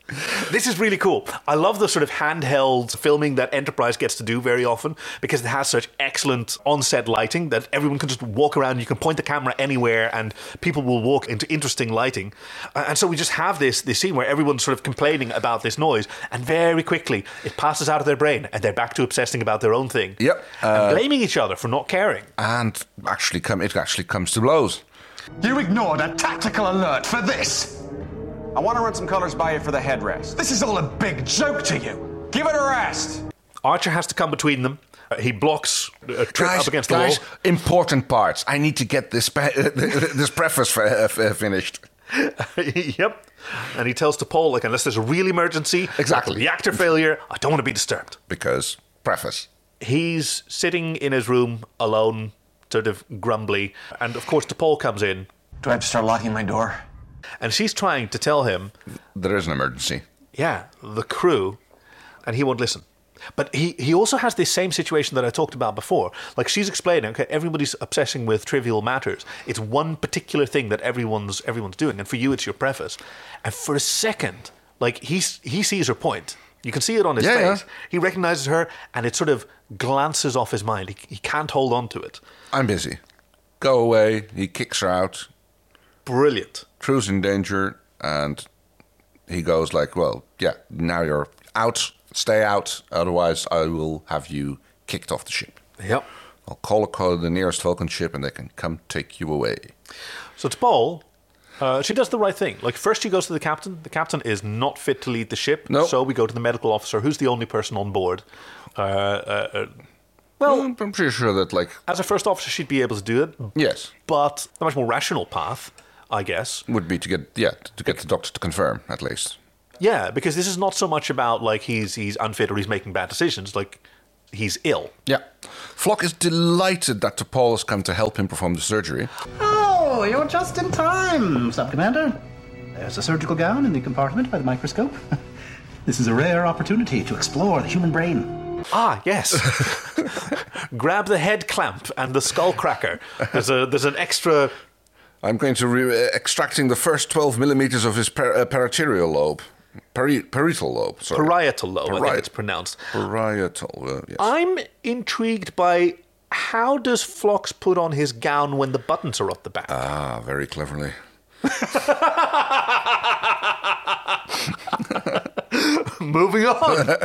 <laughs> this is really cool. I love the sort of handheld filming that Enterprise gets to do very often because it has such excellent on-set lighting that everyone can just walk around. You can point the camera anywhere, and people will walk into interesting lighting. Uh, and so we just have this this scene where everyone's sort of complaining about this noise, and very quickly it passes out of their brain, and they're back to obsessing about their own thing. Yep,
uh,
and blaming each other for not caring.
<laughs> and actually, come it actually comes to blows.
You ignored a tactical alert for this.
I want to run some colors by you for the headrest.
This is all a big joke to you.
Give it a rest.
Archer has to come between them. Uh, he blocks a trip
Guys,
up against
guys,
the wall.
important parts. I need to get this pe- <laughs> this preface fi- uh, f- uh, finished.
<laughs> yep. And he tells to Paul, like, unless there's a real emergency, exactly, reactor failure, I don't want to be disturbed.
Because preface.
He's sitting in his room alone, sort of grumbly, and of course, DePaul comes in.
Do I have to start locking my door?
And she's trying to tell him
there is an emergency.
Yeah, the crew, and he won't listen. But he, he also has this same situation that I talked about before. Like she's explaining, okay, everybody's obsessing with trivial matters. It's one particular thing that everyone's everyone's doing, and for you, it's your preface. And for a second, like he's he sees her point. You can see it on his
Yeah,
face. He recognizes her, and it sort of glances off his mind. He, he can't hold on to it.
I'm busy. Go away. He kicks her out.
Brilliant.
Crew's in danger, and he goes like, "Well, yeah, now you're out. Stay out. Otherwise, I will have you kicked off the ship.
Yep.
I'll call a call the nearest Vulcan ship, and they can come take you away."
So to Paul, uh, she does the right thing. Like first, she goes to the captain. The captain is not fit to lead the ship, so we go to the medical officer, who's the only person on board. Uh, uh, uh, well,
Mm, I'm pretty sure that like
as a first officer, she'd be able to do it.
Yes.
but the much more rational path, I guess.
Would be to get yeah to get the doctor to confirm at least.
Yeah, because this is not so much about like he's he's unfit or he's making bad decisions. Like he's ill.
Yeah, Flock is delighted that T'Pol has come to help him perform the surgery.
Oh, you're just in time, Sub Commander. There's a surgical gown in the compartment by the microscope. <laughs> this is a rare opportunity to explore the human brain.
Ah, yes. <laughs> Grab the head clamp and the skull cracker. There's a there's an extra
I'm going to re- uh, extracting the first 12 millimeters of his per- uh, parietal lobe, Pari- parietal lobe. Sorry.
parietal lobe. I
Pariet-
think it's pronounced.
Parietal. Uh, yes.
I'm intrigued by how does Phlox put on his gown when the buttons are up the back?
Ah, very cleverly.
<laughs> Moving
<laughs>
on.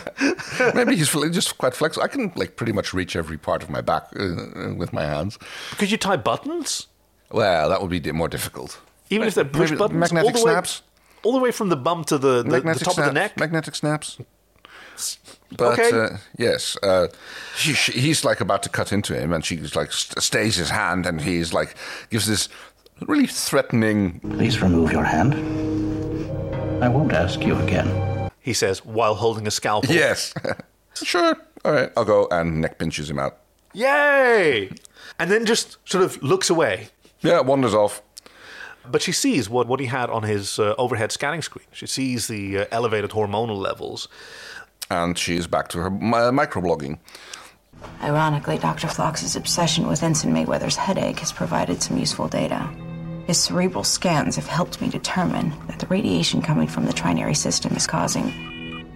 Maybe he's fl- just quite flexible. I can like pretty much reach every part of my back uh, uh, with my hands.
Could you tie buttons?
Well, that would be di- more difficult.
Even if they're push
Maybe
buttons,
magnetic
all the
snaps?
way, all the way from the bum to the, the, the top
Magnetic
of the
snaps.
neck.
Magnetic snaps. But
okay.
uh, yes, uh, she, she, he's like about to cut into him, and she's like st- stays his hand, and he's like gives this really threatening.
Please remove your hand. I won't ask you again.
he says while holding a scalpel.
Yes. <laughs> sure. All right. I'll go and neck pinches him out.
Yay! And then just sort of looks away.
Yeah, wanders off.
But she sees what, what he had on his uh, overhead scanning screen. She sees the uh, elevated hormonal levels.
And she's back to her mi- microblogging.
Ironically, Dr. Flox's obsession with Ensign Mayweather's headache has provided some useful data. His cerebral scans have helped me determine that the radiation coming from the trinary system is causing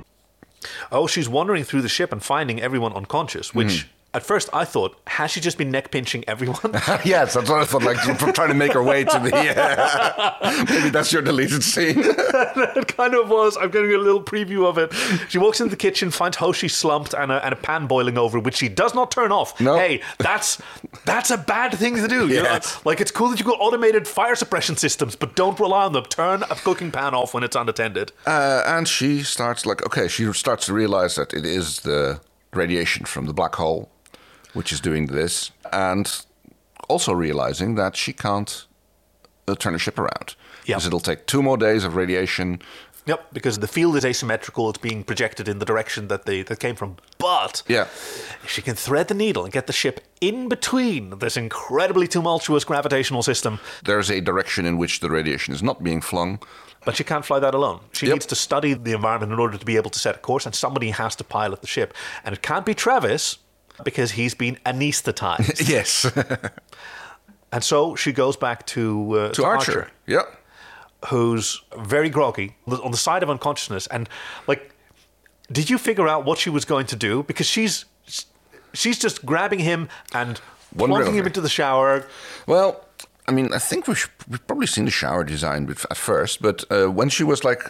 Oh, she's wandering through the ship and finding everyone unconscious, which
Hmm.
at first I thought, has she just been neck pinching everyone? <laughs>
yes, that's what I thought. Like trying to make her way to the. <laughs> maybe that's your deleted scene.
it kind of was. I'm getting a little preview of it. She walks into the kitchen, finds Hoshi slumped and a, and a pan boiling over, which she does not turn off. No. Hey, that's that's a bad thing to do. you know?
Yes.
Like, it's cool that you've got automated fire suppression systems, but don't rely on them. Turn a cooking pan off when it's unattended.
Uh, and she starts like okay, she starts to realize that it is the radiation from the black hole which is doing this, and also realizing that she can't uh, turn the ship around because it'll take two more days of radiation.
Yep, because the field is asymmetrical, it's being projected in the direction that they that came from. But
yeah,
if she can thread the needle and get the ship in between this incredibly tumultuous gravitational system,
There's a direction in which the radiation is not being flung.
But she can't fly that alone. She needs to study the environment in order to be able to set a course, and somebody has to pilot the ship. And it can't be Travis because he's been
<laughs>
anesthetized.
yes.
and so she goes back to uh,
To Archer. Yep.
Who's very groggy on the side of unconsciousness, and like, did you figure out what she was going to do? Because she's she's just grabbing him and
Wondering
plunging him
over.
into the
Uh,
shower.
Well, I mean, I think we should, we've probably seen the shower design bef- at first, but uh, when she was like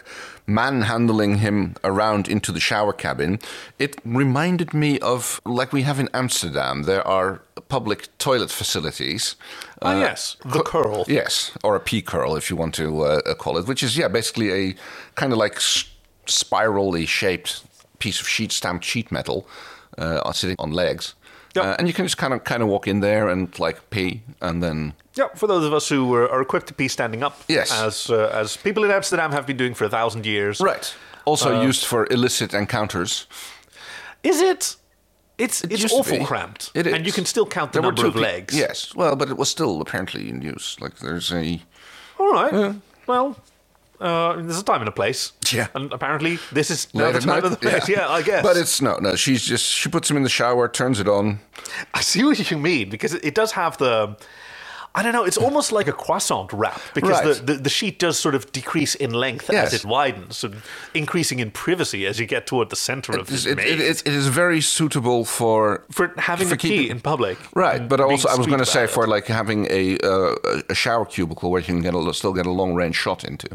manhandling him around into the shower cabin, it reminded me of like we have in Amsterdam. There are public toilet facilities.
Ah, yes, the curl.
Yes, or a pea curl if you want to uh, uh, call it, which is yeah, basically a kind of like s- spirally shaped piece of sheet stamped sheet metal uh, are sitting on legs. Uh, and you can just kind of kind of walk in there and like pee, and then
Yeah, for those of us who are, are equipped to be standing up,
Yes.
as uh, as people in Amsterdam have been doing for a thousand years,
right. Also
Uh,
used for illicit encounters.
Is it? It's
It
it's
used to
awful
be.
cramped.
It is.
and you can still count the
There were
number
two
of
pe-
legs.
Yes, well, but it was still apparently in use. Like there's a
All right. Well, uh, there's a time and a place.
Yeah.
And apparently, this is now
Late
the
at
time
night?
and the <laughs> place. Yeah. I guess.
But it's no, no. She's just she puts him in the shower, turns it on.
I see what you mean because it it does have the. I don't know. It's almost like a croissant wrap because
Right.
the, the, the sheet does sort of decrease in length
Yes.
as it widens, sort of increasing in privacy as you get toward the center of
It's-
this
It,
maze.
it, it, it is very suitable for
for having
for
a pee
keeping-
in public,
Right,
and
but
being
also I was
discreet
going to
about
say
it.
for like having a uh, a- a shower cubicle where you can get a, still get a long range shot into.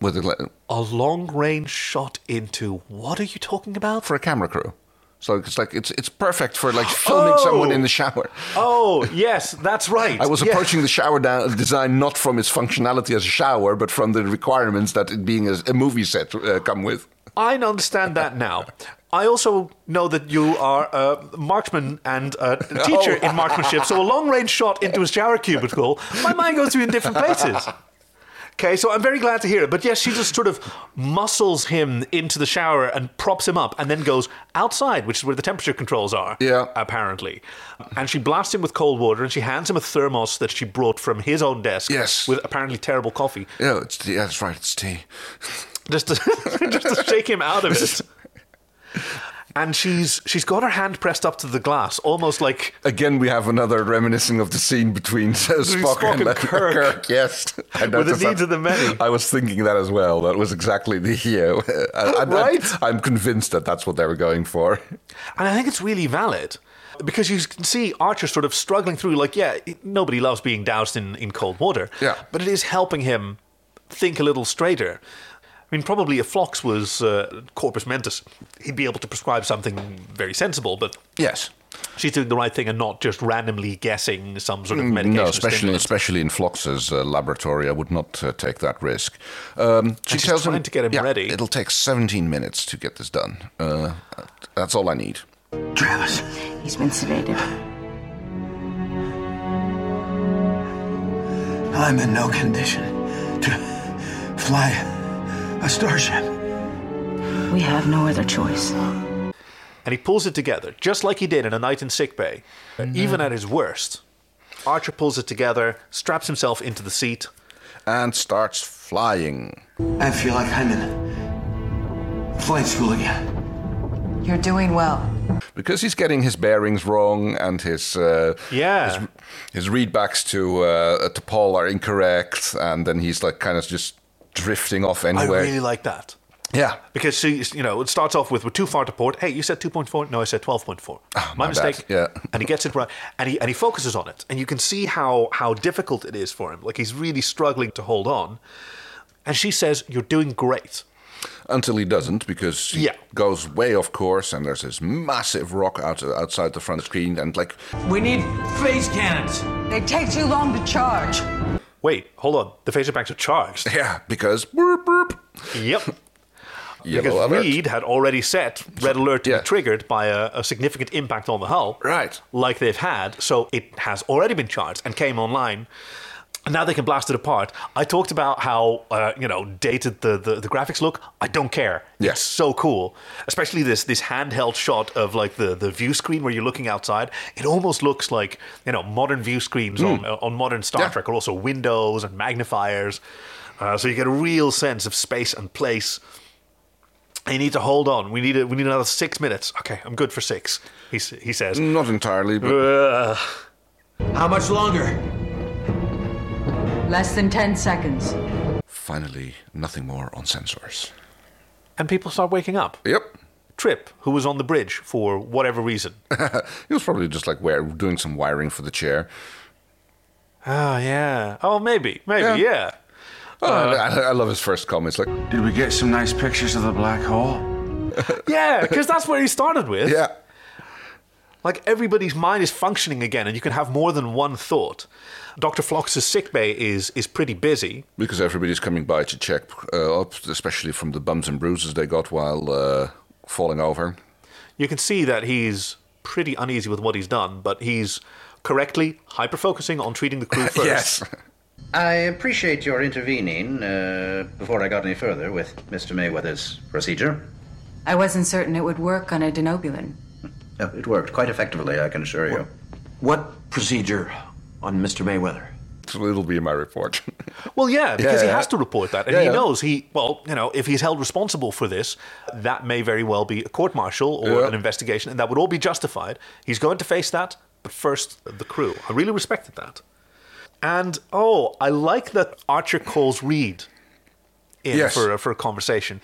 With a, le-
a long range shot into what are you talking about?
for a camera crew, so it's like it's it's perfect for like filming someone in the shower.
Oh yes, that's right.
I was
Yeah.
approaching the shower da- design not from its functionality as a shower, but from the requirements that it being a, a movie set uh, come with.
I understand that now. I also know that you are a marksman and <laughs> a teacher
Oh.
in marksmanship, so a long range shot into a shower cubicle, my mind goes to in different places. Okay, so I'm very glad to hear it. But yes, she just sort of muscles him into the shower and props him up and then goes outside, which is where the temperature controls are. Yeah. Apparently. And she blasts him with cold water and she hands him a thermos that she brought from his own desk. Yes. With apparently terrible coffee.
Yeah, it's tea. that's right. It's tea.
Just to, <laughs> just to shake him out of it. And she's she's got her hand pressed up to the glass, almost like
Again, we have another reminiscing of the scene between uh, Spock,
Spock
and,
and
Leonard
Kirk.
Kirk, Yes, I
With the
noticed that.
needs of the many.
I was thinking that as well. That was exactly the yeah. <laughs> I, I,
Right?
I, am convinced that that's what they were going for.
And I think it's really valid because you can see Archer sort of struggling through, like, yeah, it- nobody loves being doused in, in cold water. Yeah. But it is helping him think a little straighter. I mean, probably if Phlox was uh, corpus mentis, he'd be able to prescribe something very sensible, but.
Yes.
She's doing the right thing and not just randomly guessing some sort of medication.
Mm, no,
or
especially
stimulant.
especially in Flox's uh, laboratory, I would not uh, take that risk. Um, she
she's
tells
trying
him
to get him
yeah,
ready.
It'll take 17 minutes to get this done. Uh, that's all I need.
Travis. He's been sedated.
I'm in no condition to fly a starship.
we have no other choice.
and he pulls it together, just like he did in A Night in Sickbay. Uh, Even at his worst, Archer pulls it together, straps himself into the seat,
and starts flying.
I feel like I'm in flight school again.
You're doing well.
Because he's getting his bearings wrong and his uh,
yeah
his, his readbacks to uh, to Paul are incorrect, and then he's like kind of just drifting off anyway.
I really like that.
Yeah.
Because she, you know, it starts off with we're too far to port. Hey, you said 2.4. No, I said 12.4. my,
my bad.
mistake. Yeah. And he gets it right. And he, and he focuses on it. And you can see how, how difficult it is for him. Like he's really struggling to hold on. And she says, You're doing great.
until he doesn't because he goes way off course and there's this massive rock out, outside the front screen and like
We need phase cannons.
They take too long to charge.
Wait, hold on. The phaser banks are
<laughs>
charged.
Yeah, because burp, burp.
Yep.
Yellow
because
alert.
Reed had already set red alert to be triggered by a, a significant impact on the hull.
Right.
Like they've had, so it has already been charged and came online. And Now they can blast it apart. I talked about how uh, you know dated the, the, the graphics look. I don't care. It's so cool, especially this this handheld shot of like the, the view screen where you're looking outside. It almost looks like you know modern view screens
Mm.
on uh, on modern Star Trek are also windows and magnifiers, uh, so you get a real sense of space and place. I need to hold on. We need a, we need another six minutes. Okay, I'm good for six. He s- he says.
Not entirely, but
Uh.
How much longer?
Less than 10 seconds.
finally nothing more on sensors.
And people start waking up.
Yep.
Trip, who was on the bridge for whatever
<laughs>
reason.
Uh, he was probably just like where doing some wiring for the chair.
Oh yeah. Oh maybe maybe
Yeah.
yeah.
Oh,
Uh,
I, I love his first comments. Like,
did we get some nice pictures of the black hole?
yeah, because that's where he started with.
Yeah.
Like everybody's mind is functioning again, and you can have more than one thought. Doctor Flox's sickbay is is pretty busy.
because everybody's coming by to check uh, up, especially from the bumps and bruises they got while uh, falling over.
You can see that he's pretty uneasy with what he's done, but he's correctly hyper focusing on treating the crew first.
<laughs> Yes.
I appreciate your intervening uh, before I got any further with Mr. Mayweather's procedure.
I wasn't certain it would work on a denobulin.
Oh, it worked quite effectively, I can assure you.
What procedure on Mr. Mayweather?
It'll be in my report. <laughs>
Well, yeah, because he
Yeah.
has to report that, and
Yeah,
he
yeah.
knows he. Well, you know, if he's held responsible for this, that may very well be a court martial or
Yeah.
an investigation, and that would all be justified. He's going to face that, but first the crew. I really respected that, and oh, I like that Archer calls Reed in
Yes.
for for a conversation.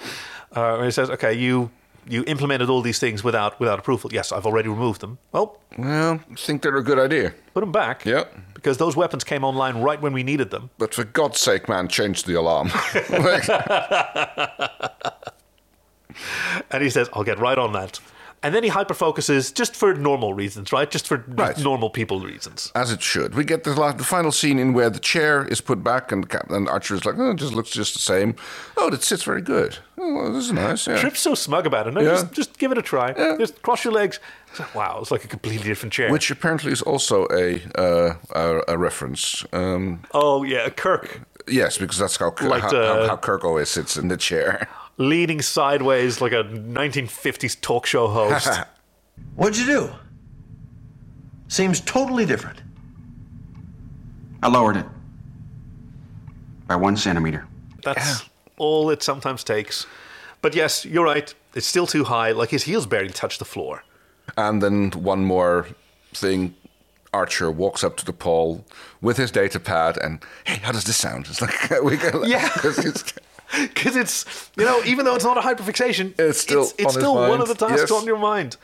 Uh, and he says, "Okay, you." You implemented all these things without without approval. Yes, I've already removed them. Well,
well, I think they're a good idea.
Put them back.
Yep.
Because those weapons came online right when we needed them.
But for God's sake, man, change the alarm. <laughs>
and he says, I'll get right on that. And then he hyperfocuses just for normal reasons, right? Just for normal people reasons.
As it should. We get the, la- the final scene in where the chair is put back, and Cap- and Archer is like, "Oh, it just looks just the same. Oh, that sits very good. Oh, well, this is nice." Yeah.
Trip's so smug about it. No,
Yeah.
just, just give it a try. Just cross your legs. It's like, wow, it's like a completely different chair.
Which apparently is also a uh, a, a reference. Um,
oh yeah, Kirk
yes, because that's how,
Like
how,
the-
how how Kirk always sits in the chair. <laughs>
leaning sideways like a 1950s talk show host.
<laughs>
What'd you do? Seems totally different.
I lowered it by one centimeter.
That's all it sometimes takes. But yes, you're right. It's still too high. Like his heels barely touch the floor.
And then one more thing. Archer walks up to the pole with his data pad and, hey, how does this sound? It's like, <laughs> we go,
Yeah.
Because it's,
<laughs> Because it's, you know, even though it's not a hyperfixation, it's
still
it's,
on his
still one
mind.
of the
Yes.
tasks on your mind.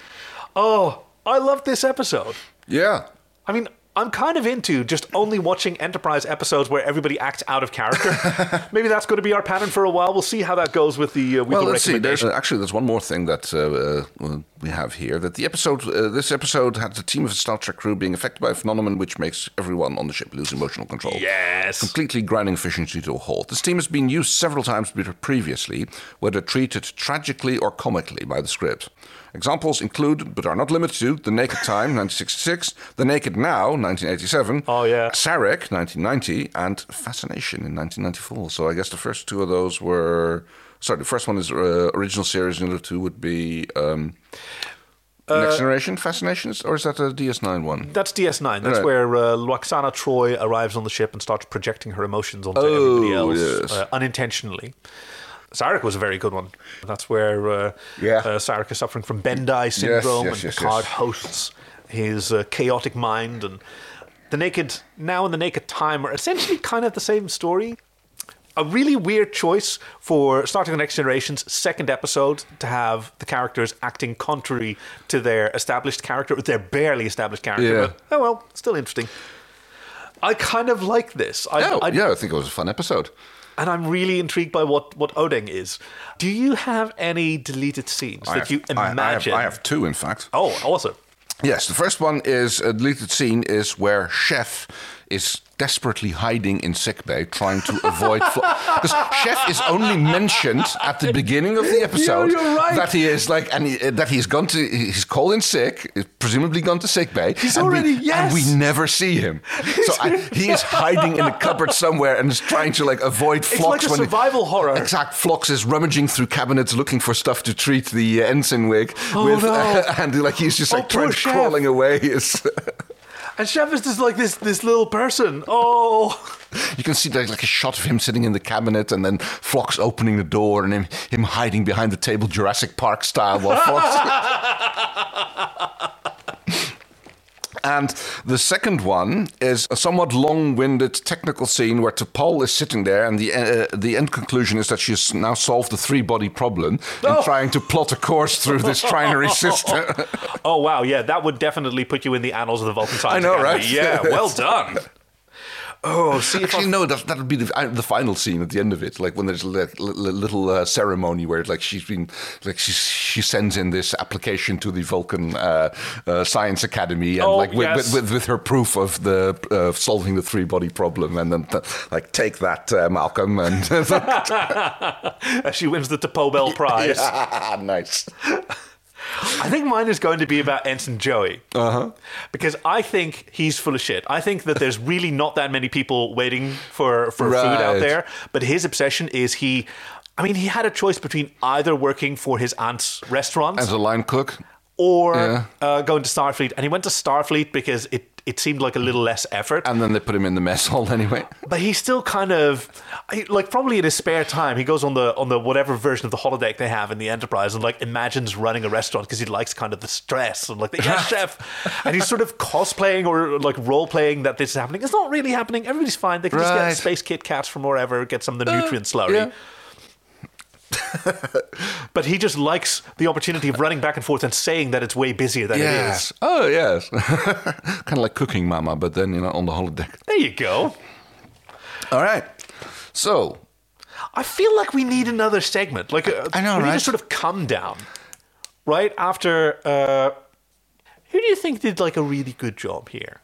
Oh, I love this episode.
Yeah.
I mean, I'm kind of into just only watching Enterprise episodes where everybody acts out
<laughs>
of character. Maybe that's going to be our pattern for a while. We'll see how that goes with the uh, with
well,
the
let's see. There's,
recommendation.
uh, actually, there's one more thing that uh, uh, we have here. That the episode, uh, this episode, had the team of the Star Trek crew being affected by a phenomenon which makes everyone on the ship lose emotional control.
Yes.
Completely grinding efficiency to a halt. This team has been used several times be- previously, whether treated tragically or comically by the script. Examples include, but are not limited to, The Naked Time, <laughs> 1966, The Naked Now, 1987, oh, yeah. Sarek, 1990, and Fascination in 1994. So I guess the first two of those were Sorry, the first one is uh, original series, and the other two would be um, Next Generation Fascinations, or is that a DS9 one?
That's DS9. That's
Right.
where uh, Loxana Troy arrives on the ship and starts projecting her emotions onto
Oh,
everybody else
yes.
uh, unintentionally. Sarek was a very good one. That's where uh, yeah. uh, Sarek is suffering from Bendai syndrome,
yes,
and
yes,
Picard
yes.
hosts his uh, chaotic mind. And the naked now and the naked time are essentially kind of the same story. A really weird choice for starting the Next Generation's second episode to have the characters acting contrary to their established character, their barely established character.
Yeah.
But oh well, still interesting. I kind of like this. I,
oh,
I-
yeah, I think it was a fun episode.
and I'm really intrigued by what what Oding is. Do you have any deleted scenes
I
that
have-
you
I- I have-
imagine?
I have two, in fact.
Oh, awesome.
Yes, the first one is a deleted scene is where Chef is desperately hiding in sickbay, trying to avoid. <laughs> Because Chef is only mentioned at the beginning of the episode
Yeah, you're right.
that he is like, and he, uh, that he's gone to, he's called in sick, presumably gone to sickbay.
He's
and
already-
we,
yes.
and we never see
<laughs>
him. So I, he is hiding in a cupboard somewhere and is trying to like avoid
It's
flocks.
like a
when he-
survival horror.
Exact. Flox is rummaging through cabinets looking for stuff to treat the uh, ensign wig
Oh,
with,
no.
<laughs> and like he's just
Oh,
like trying
poor
to
chef.
crawling away. <laughs> It's-
And Chef is just like this this little person. <laughs> Oh,
you can see there's like a shot of him sitting in the cabinet, and then Flox opening the door, and him him hiding behind the table, Jurassic Park style, while <laughs> Flox.
<laughs>
And the second one is a somewhat long-winded technical scene where T'Pol is sitting there, and the uh, the end conclusion is that she's now solved the three-body problem and trying to plot a course through this <laughs> trinary system.
oh wow, yeah, that would definitely put you in the annals of the Vulcan Science
I know,
Academy.
right?
Yeah,
<laughs>
well done. Oh, see,
actually, no. That that'll be the, uh, the final scene at the end of it, like when there's a li- li- li- little uh, ceremony where, like, she's been, like, she she sends in this application to the Vulcan uh, uh, Science Academy, and
Oh,
like with,
yes.
with, with with her proof of the uh, solving the three body problem, and then th- like take that, uh, Malcolm, and <laughs>
she wins the Topobel Prize.
Yeah, <laughs> nice.
I think mine is going to be about Ensign Joey. Uh-huh. Because I think he's full of shit. I think that there's really not that many people waiting for, for food out
Right.
there. But his obsession is he. I mean, he had a choice between either working for his aunt's restaurant
as a line cook.
or
Yeah.
uh, going to Starfleet. And he went to Starfleet because it, it seemed like a little less effort.
And then they put him in the mess hall <laughs> anyway.
But he's still kind of I- like probably in his spare time he goes on the on the whatever version of the holodeck they have in the Enterprise and like imagines running a restaurant because he likes kind of the stress and like the
<laughs>
yes chef and he's sort of cosplaying or like role playing that this is happening. It's not really happening. Everybody's fine. They can just get
Right.
space Kit Kats from wherever, get some of the
Uh,
nutrient slurry.
yeah.
<laughs> but he just likes the opportunity of running back and forth and saying that it's way busier than it is.
yes. Oh yes. <laughs> kind of like cooking mama, but then you know on the holodeck.
There you go.
All right. So
I feel like we need another segment. Like uh,
I know,
we need to
right?
sort of come down, right after. Uh, who do you think did like a really good job here?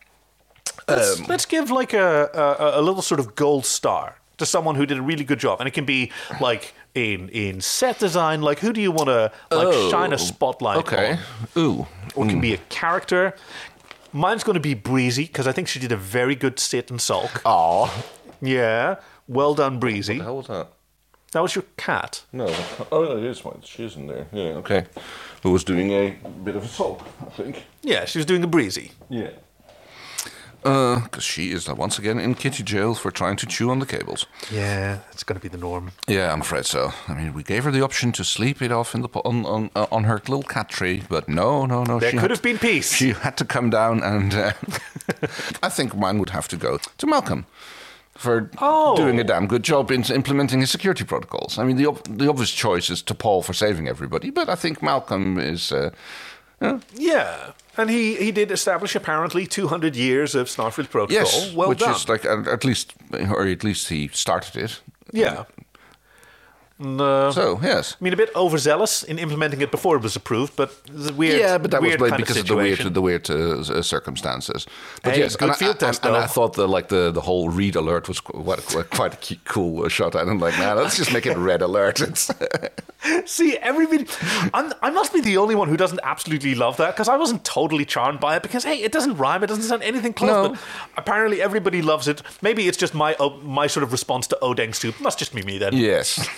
Let's,
Um,
let's give like a, a a little sort of gold star to someone who did a really good job, and it can be like in in set design. Like who do you want to like
Oh,
shine a spotlight
okay.
on?
Ooh,
or it can
Mm.
be a character. Mine's going to be Breezy because I think she did a very good sit and sulk.
Aw.
Yeah. Well done,
What
Breezy.
the hell was that?
That was your cat.
No. Oh, it is mine. She's in there. Yeah. Okay. Who was doing a bit of a sulk, I think.
Yeah, she was doing a breezy.
Yeah. Because Uh, she is once again in kitty jail for trying to chew on the cables.
Yeah, it's going to be the norm.
Yeah, I'm afraid so. I mean, we gave her the option to sleep it off in the po- on on, uh, on her little cat tree, but no, no, no.
There
she
could
had-
have been peace.
She had to come down, and uh, <laughs> I think mine would have to go to Malcolm for
Oh.
doing a damn good job in implementing his security protocols. I mean, the ob- the obvious choice is to Paul for saving everybody, but I think Malcolm is. Uh, yeah.
Yeah, and he, he did establish apparently 200 years of Starfleet protocol.
Yes,
well
which
done.
is like at at least, or at least he started it.
yeah. And, uh,
So, yes.
I mean, a bit overzealous in implementing it before it was approved, but it's a weird.
yeah, but that was
weird
like
kind
because
of
of, the weird,
situation. <laughs>
the weird uh, s- uh, circumstances. But
Hey,
yes,
good
and, I-
field
I,
test,
and, and
though.
I thought that like the, the whole read alert was qu- <laughs> what, what- quite a key, cool uh, shot. And I'm like, man, let's just
<laughs>
make it red alert. <laughs> It's
See, everybody. I'm, I must be the only one who doesn't absolutely love that because I wasn't totally charmed by it because, hey, it doesn't rhyme. It doesn't sound anything close.
No.
But apparently everybody oh, loves it. Maybe it's just my o- my sort of response to Odeng soup. Must just be me then.
yes.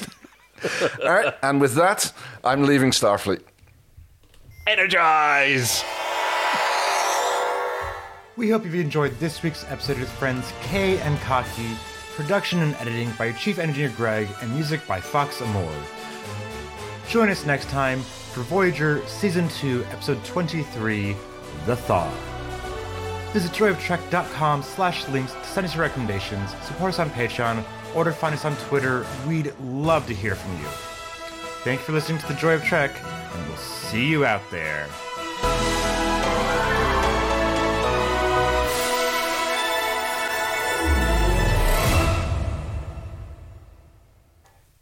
All right, and with that, I'm leaving Starfleet.
Energize!
We hope you've enjoyed this week's episode with friends Kay and Kaki, production and editing by Chief Engineer Greg, and music by Fox Amore. Join us next time for Voyager Season 2, Episode 23, The Thaw. Visit joyoftrek.com slash links to send us your recommendations, support us on Patreon, or to find us on Twitter. We'd love to hear from you. Thank you for listening to The Joy of Trek, and we'll see you out there.